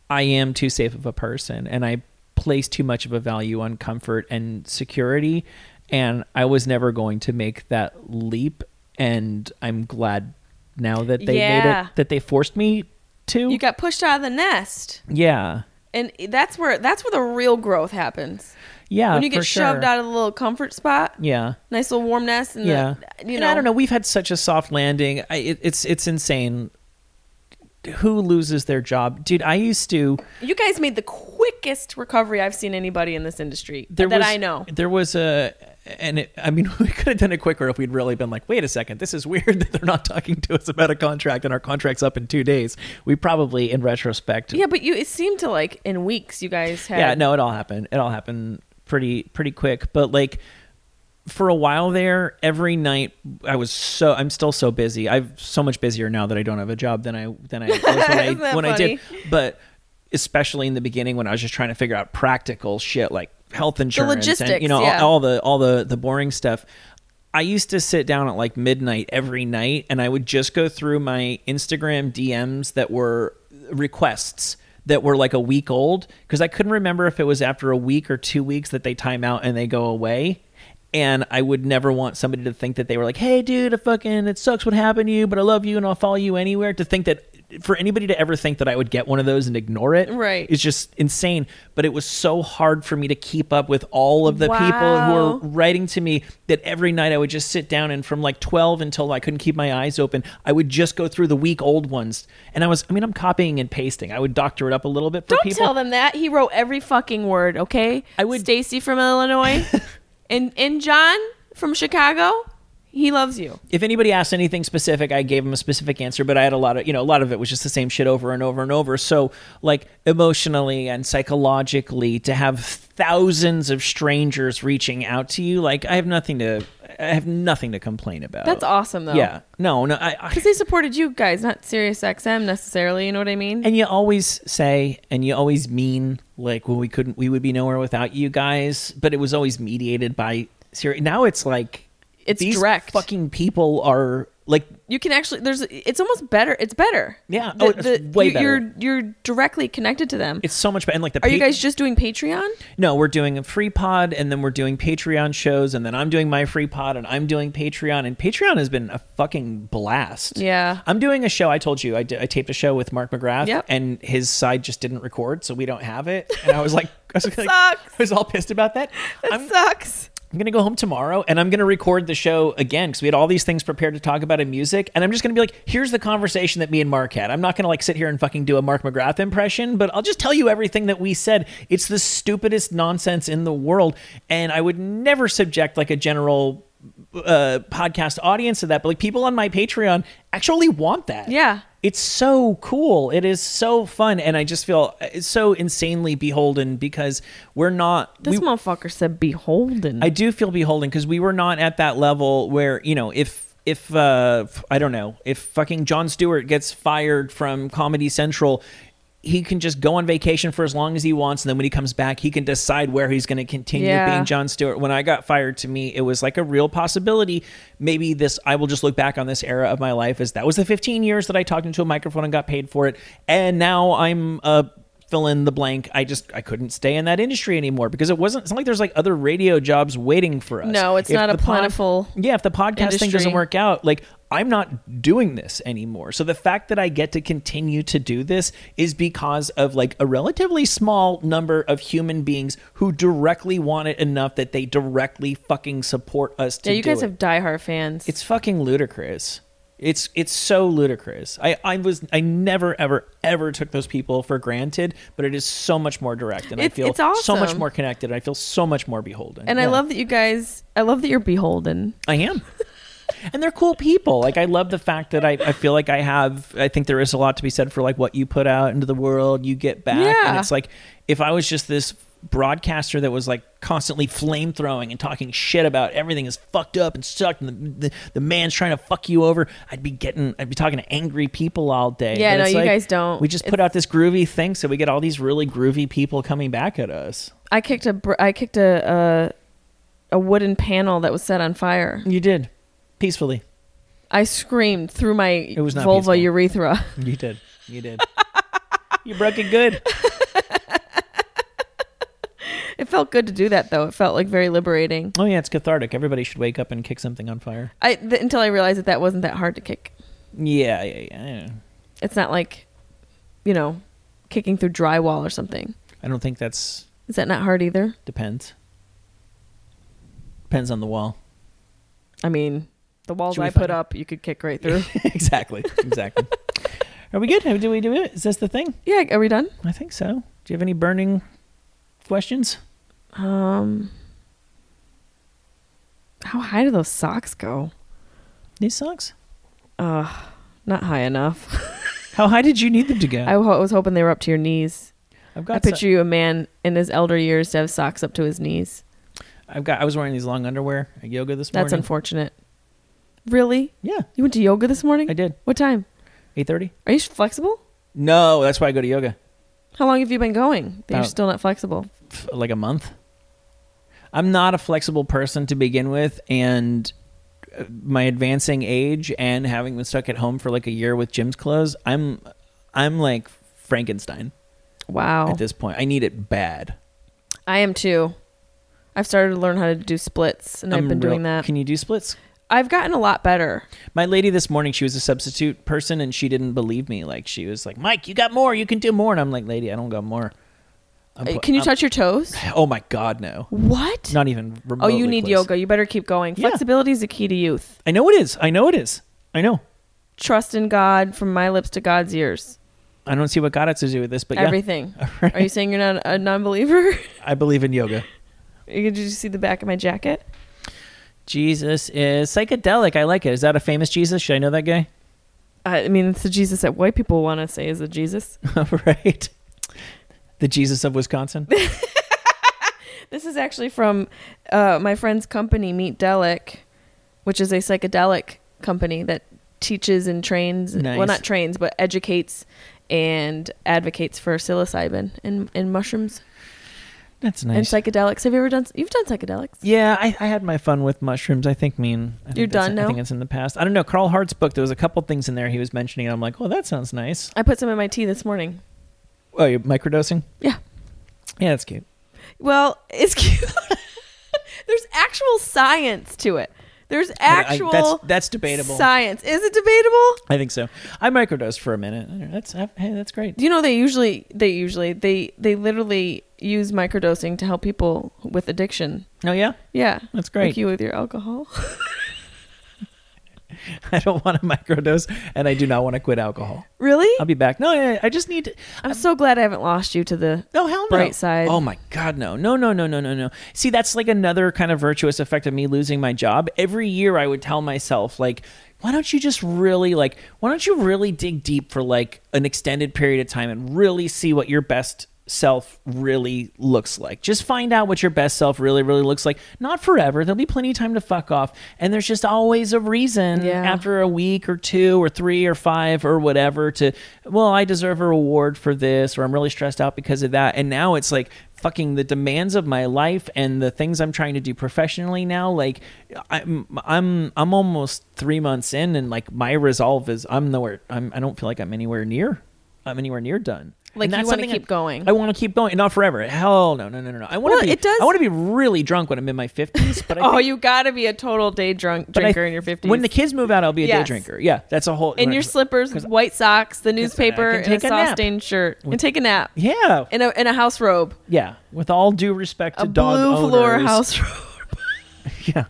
i am too safe of a person and i place too much of a value on comfort and security and i was never going to make that leap and i'm glad now that they made Yeah. it that they forced me to You got pushed out of the nest. yeah And that's where that's where the real growth happens. yeah when you get for sure. shoved out of the little comfort spot, yeah nice little warm nest, and yeah the, you And know, i don't know we've had such a soft landing I, it, it's it's insane who loses their job dude i used to You guys made the quickest recovery I've seen anybody in this industry that was, I know. There was a, and it, I mean, [LAUGHS] we could have done it quicker if we'd really been like, wait a second, this is weird [LAUGHS] that they're not talking to us about a contract and our contract's up in two days. We probably, in retrospect, Yeah, but you it seemed to like in weeks you guys had. yeah, no, it all happened. It all happened pretty pretty quick. But like for a while there, every night I was so I'm still so busy. I'm so much busier now that I don't have a job than I [LAUGHS] than I was when I, Isn't that when I did. funny? But especially in the beginning when I was just trying to figure out practical shit like health insurance and you logistics, know all- yeah. all the all the the boring stuff. I used to sit down at like midnight every night and I would just go through my Instagram DMs that were requests that were like a week old because I couldn't remember if it was after a week or two weeks that they time out and they go away. And I would never want somebody to think that they were like, hey, dude, I fucking, it sucks what happened to you, but I love you and I'll follow you anywhere. To think that for anybody to ever think that I would get one of those and ignore it Right. is just insane. But it was so hard for me to keep up with all of the people who Wow. were writing to me that every night I would just sit down and from like 12 until I couldn't keep my eyes open, I would just go through the week old ones. And I was, I mean, I'm copying and pasting. I would doctor it up a little bit for Don't people. tell them that. He wrote every fucking word, okay? I would- Stacy [LAUGHS] from Illinois and and John from Chicago. He loves you. if anybody asked anything specific, I gave them a specific answer, but I had a lot of, you know, a lot of it was just the same shit over and over and over. So, like, emotionally and psychologically, to have thousands of strangers reaching out to you, like, I have nothing to, I have nothing to complain about. That's awesome though. Oh, Yeah. No, no, I, I Because they supported you guys, not Sirius XM necessarily, you know what I mean? and you always say and you always mean like well we couldn't we would be nowhere without you guys but it was always mediated by Siri. now it's like It's these direct. fucking people are like you can actually there's it's almost better. It's better. Yeah. Oh, it's way you- you're, better. You're directly connected to them. it's so much better and like the Are you pa- guys just doing Patreon? no we're doing a free pod and then we're doing patreon shows and then i'm doing my free pod and i'm doing patreon and patreon has been a fucking blast Yeah. i'm doing a show i told you i, did, I taped a show with mark mcgrath Yep. and his side just didn't record so we don't have it and i was like I was, like, I sucks. was all pissed about that. That I'm- sucks. I'm gonna go home tomorrow and I'm gonna record the show again because we had all these things prepared to talk about in music, and I'm just gonna be like, here's the conversation that me and Mark had. I'm not gonna like sit here and fucking do a Mark McGrath impression, but I'll just tell you everything that we said. It's the stupidest nonsense in the world, and I would never subject like a general uh, podcast audience to that, but like people on my Patreon actually want that. Yeah. It's so cool. It is so fun, and I just feel uh, so insanely beholden because we're not. This we- motherfucker said beholden. I do feel beholden because we were not at that level where you know if if uh f- I don't know if fucking John Stewart gets fired from Comedy Central. He can just go on vacation for as long as he wants, and then when he comes back, he can decide where he's going to continue Yeah. being John Stewart. When I got fired, to me, it was like a real possibility. Maybe this, I will just look back on this era of my life as that was the 15 years that I talked into a microphone and got paid for it, and now I'm a fill in the blank. I just I couldn't stay in that industry anymore because it wasn't. It's not like there's like other radio jobs waiting for us. No, it's not a the pod- plentiful yeah, if the podcast thing doesn't industry. work out, like I'm not doing this anymore. So the fact that I get to continue to do this is because of like a relatively small number of human beings who directly want it enough that they directly fucking support us. To yeah, you do guys it. have diehard fans. It's fucking ludicrous. It's it's so ludicrous. I, I was I never ever ever took those people for granted, but it is so much more direct, and I It's- feel it's so much awesome. more connected. And I feel so much more beholden. and I Yeah. love that you guys. I love that you're beholden. I am. and they're cool people. Like I love the fact that I, I feel like I have I think there is a lot to be said for like what you put out into the world, you get back. And Yeah. it's like if I was just this broadcaster that was like constantly flame throwing and talking shit about everything is fucked up and sucked and the, the, the man's trying to fuck you over, I'd be getting I'd be talking to angry people all day. Yeah, no, it's you like, guys don't. We just put out this groovy thing so we get all these really groovy people coming back at us. I kicked a br- I kicked a a, a wooden panel that was set on fire. You did. Peacefully. I screamed through my was not vulva peaceful. urethra. [LAUGHS] [LAUGHS] You did. You did. [LAUGHS] you broke it good. It felt good to do that though. It felt like very liberating. Oh yeah, it's cathartic. Everybody should wake up and kick something on fire. I th- until I realized that that wasn't that hard to kick. Yeah, yeah, yeah. It's not like, you know, kicking through drywall or something. I don't think that's Is that not hard either? depends. Depends on the wall. [LAUGHS] I mean, the walls Should we I put find- up, you could [LAUGHS] kick right through. exactly. Exactly. [LAUGHS] Are we good? Do we do it? Is this the thing? yeah, are we done? I think so. Do you have any burning questions? Um, how high do those socks go? These socks? Not high enough. How high did you need them to go? I ho- was hoping they were up to your knees. have I got. so- picture you a man in his elder years to have socks up to his knees. I've got. I was wearing these long underwear at yoga this That's morning. unfortunate. Really? Yeah, You went to yoga this morning? I did. What time? Eight thirty. Are you flexible? No, that's why I go to yoga. How long have you been going? That About- you're still not flexible. f- like a month. I'm not a flexible person to begin with, and uh, my advancing age and having been stuck at home for like a year with gym's clothes, I'm I'm like Frankenstein Wow. at this point. I need it bad. I am too. I've started to learn how to do splits, and i have I'm been real- doing that. Can you do splits? I've gotten a lot better. My lady this morning, she was a substitute person and she didn't believe me. Like she was like, Mike, you got more, you can do more. And I'm like, lady, I don't got more. I'm Uh, pu- Can you I'm- touch [LAUGHS] your toes? Oh my God, no. What? Not even remotely. oh, you need close. yoga. You better keep going. Yeah. Flexibility is the key to youth. I know it is. I know it is. I know. Trust in God from my lips to God's ears. I don't see what God has to do with this, but yeah. Everything. [LAUGHS] All right. Are you saying you're not a non-believer? [LAUGHS] I believe in yoga. Did you see the back of my jacket? Jesus is psychedelic. I like it. Is that a famous Jesus? Should I know that guy? [LAUGHS] I I mean, it's the Jesus that white people want to say is the Jesus. [LAUGHS] right. The Jesus of [LAUGHS] Wisconsin. This is actually from uh, my friend's company, Meat Delic, which is a psychedelic company that teaches and trains, well, Nice. not trains, but educates and advocates for psilocybin and, and mushrooms That's nice. and psychedelics. Have you ever done? You've done psychedelics. yeah, I, I had my fun with mushrooms. I think mean I think You're that's- done I now? think it's in the past. I don't know. Carl Hart's book. There was a couple things in there he was mentioning. And I'm like, oh, that sounds nice. I put some in my tea this morning. Oh, you're microdosing? Yeah. Yeah, that's cute. Well, it's [LAUGHS] cute. There's actual science to it. There's I- actual. that's- that's debatable. Science is it debatable? I think so. I microdosed for a minute. I don't know. That's hey, that's great. Do you know they usually they usually they they literally use microdosing to help people with addiction. Oh yeah, Yeah. that's great. Like you with your alcohol. [LAUGHS] [LAUGHS] I don't want to microdose, and I do not want to quit alcohol. really? I'll be back. No, yeah, I just need. To, I'm so glad I haven't lost you to the No, hell no. Bright side. Oh my God, no. No, no, no, no, no, no. See, that's like another kind of virtuous effect of me losing my job. Every year I would tell myself, like, why don't you just really like why don't you really dig deep for like an extended period of time and really see what your best self really looks like. Just find out what your best self really, really looks like. Not forever. There'll be plenty of time to fuck off. And there's just always a reason Yeah. after after a week or two or three or five or whatever to well i deserve a reward for this or i'm really stressed out because of that and now it's like fucking the demands of my life and the things i'm trying to do professionally now like i'm i'm i'm almost three months in and like my resolve is i'm nowhere i'm i don't feel like i'm anywhere near i'm anywhere near done Like, And you that's wanna something I- keep going. i want to keep going not forever hell no no no no no i want to Well, be it does- i want to be really drunk when i'm in my 50s but i [LAUGHS] Oh, think- you got to be a total day drunk but I- drinker in your 50s. When the kids move out, I'll be a day Yes. drinker. Yeah, that's a whole. in your slippers, white socks, the newspaper, I can and a take a nap. sauce-stained shirt, and take a nap Yeah, in a in a house robe, yeah. With all due respect to a dog blue owners, floor house robe. [LAUGHS] [LAUGHS] Yeah.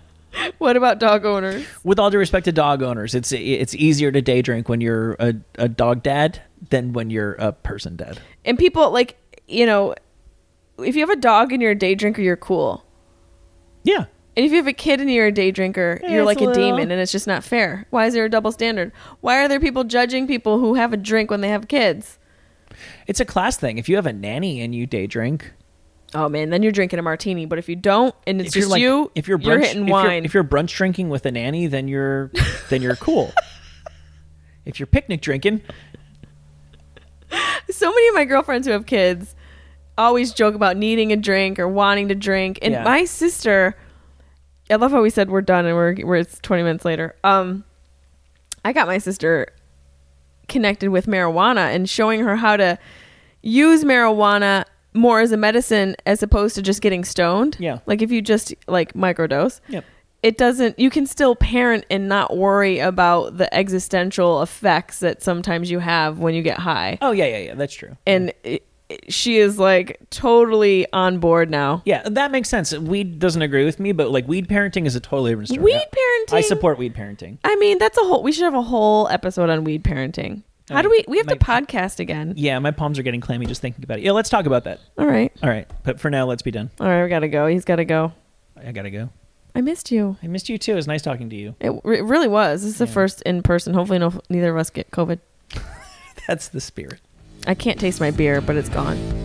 what about dog owners? With all due respect to dog owners, it's it's easier to day drink when you're a, a dog dad than when you're a person dad. And people like you know, if you have a dog and you're a day drinker, you're cool. Yeah. And if you have a kid and you're a day drinker, Yeah, you're it's like a a, little- demon, and it's just not fair. Why is there a double standard? Why are there people judging people who have a drink when they have kids? It's a class thing. If you have a nanny and you day drink, Oh man, then you're drinking a martini. But if you don't, and it's if just you're like you, if you're brunch, you're hitting if wine. You're, if you're brunch drinking with a nanny, then you're then you're [LAUGHS] cool. if you're picnic drinking, so many of my girlfriends who have kids always joke about needing a drink or wanting to drink. And Yeah. my sister, I love how we said we're done and we're, we're it's 20 minutes later. Um, I got my sister connected with marijuana and showing her how to use marijuana more as a medicine as opposed to just getting stoned. Yeah. Like if you just like microdose Yep. it doesn't you can still parent and not worry about the existential effects that sometimes you have when you get high Oh yeah, yeah, yeah. That's true. and it, it- she is like totally on board now Yeah, that makes sense. Weed doesn't agree with me, but like weed parenting is a totally different story. Weed I- I parenting? support weed parenting. i mean that's a whole we should have a whole episode on weed parenting how do we we have to podcast again Yeah, my palms are getting clammy just thinking about it. Yeah, let's talk about that. all right All right, but for now, let's be done. all right we gotta go he's gotta go I gotta go. i missed you I missed you too. It was nice talking to you. it, it really was this is the first in person hopefully no neither of us get covid [LAUGHS] That's the spirit. i can't taste my beer but it's gone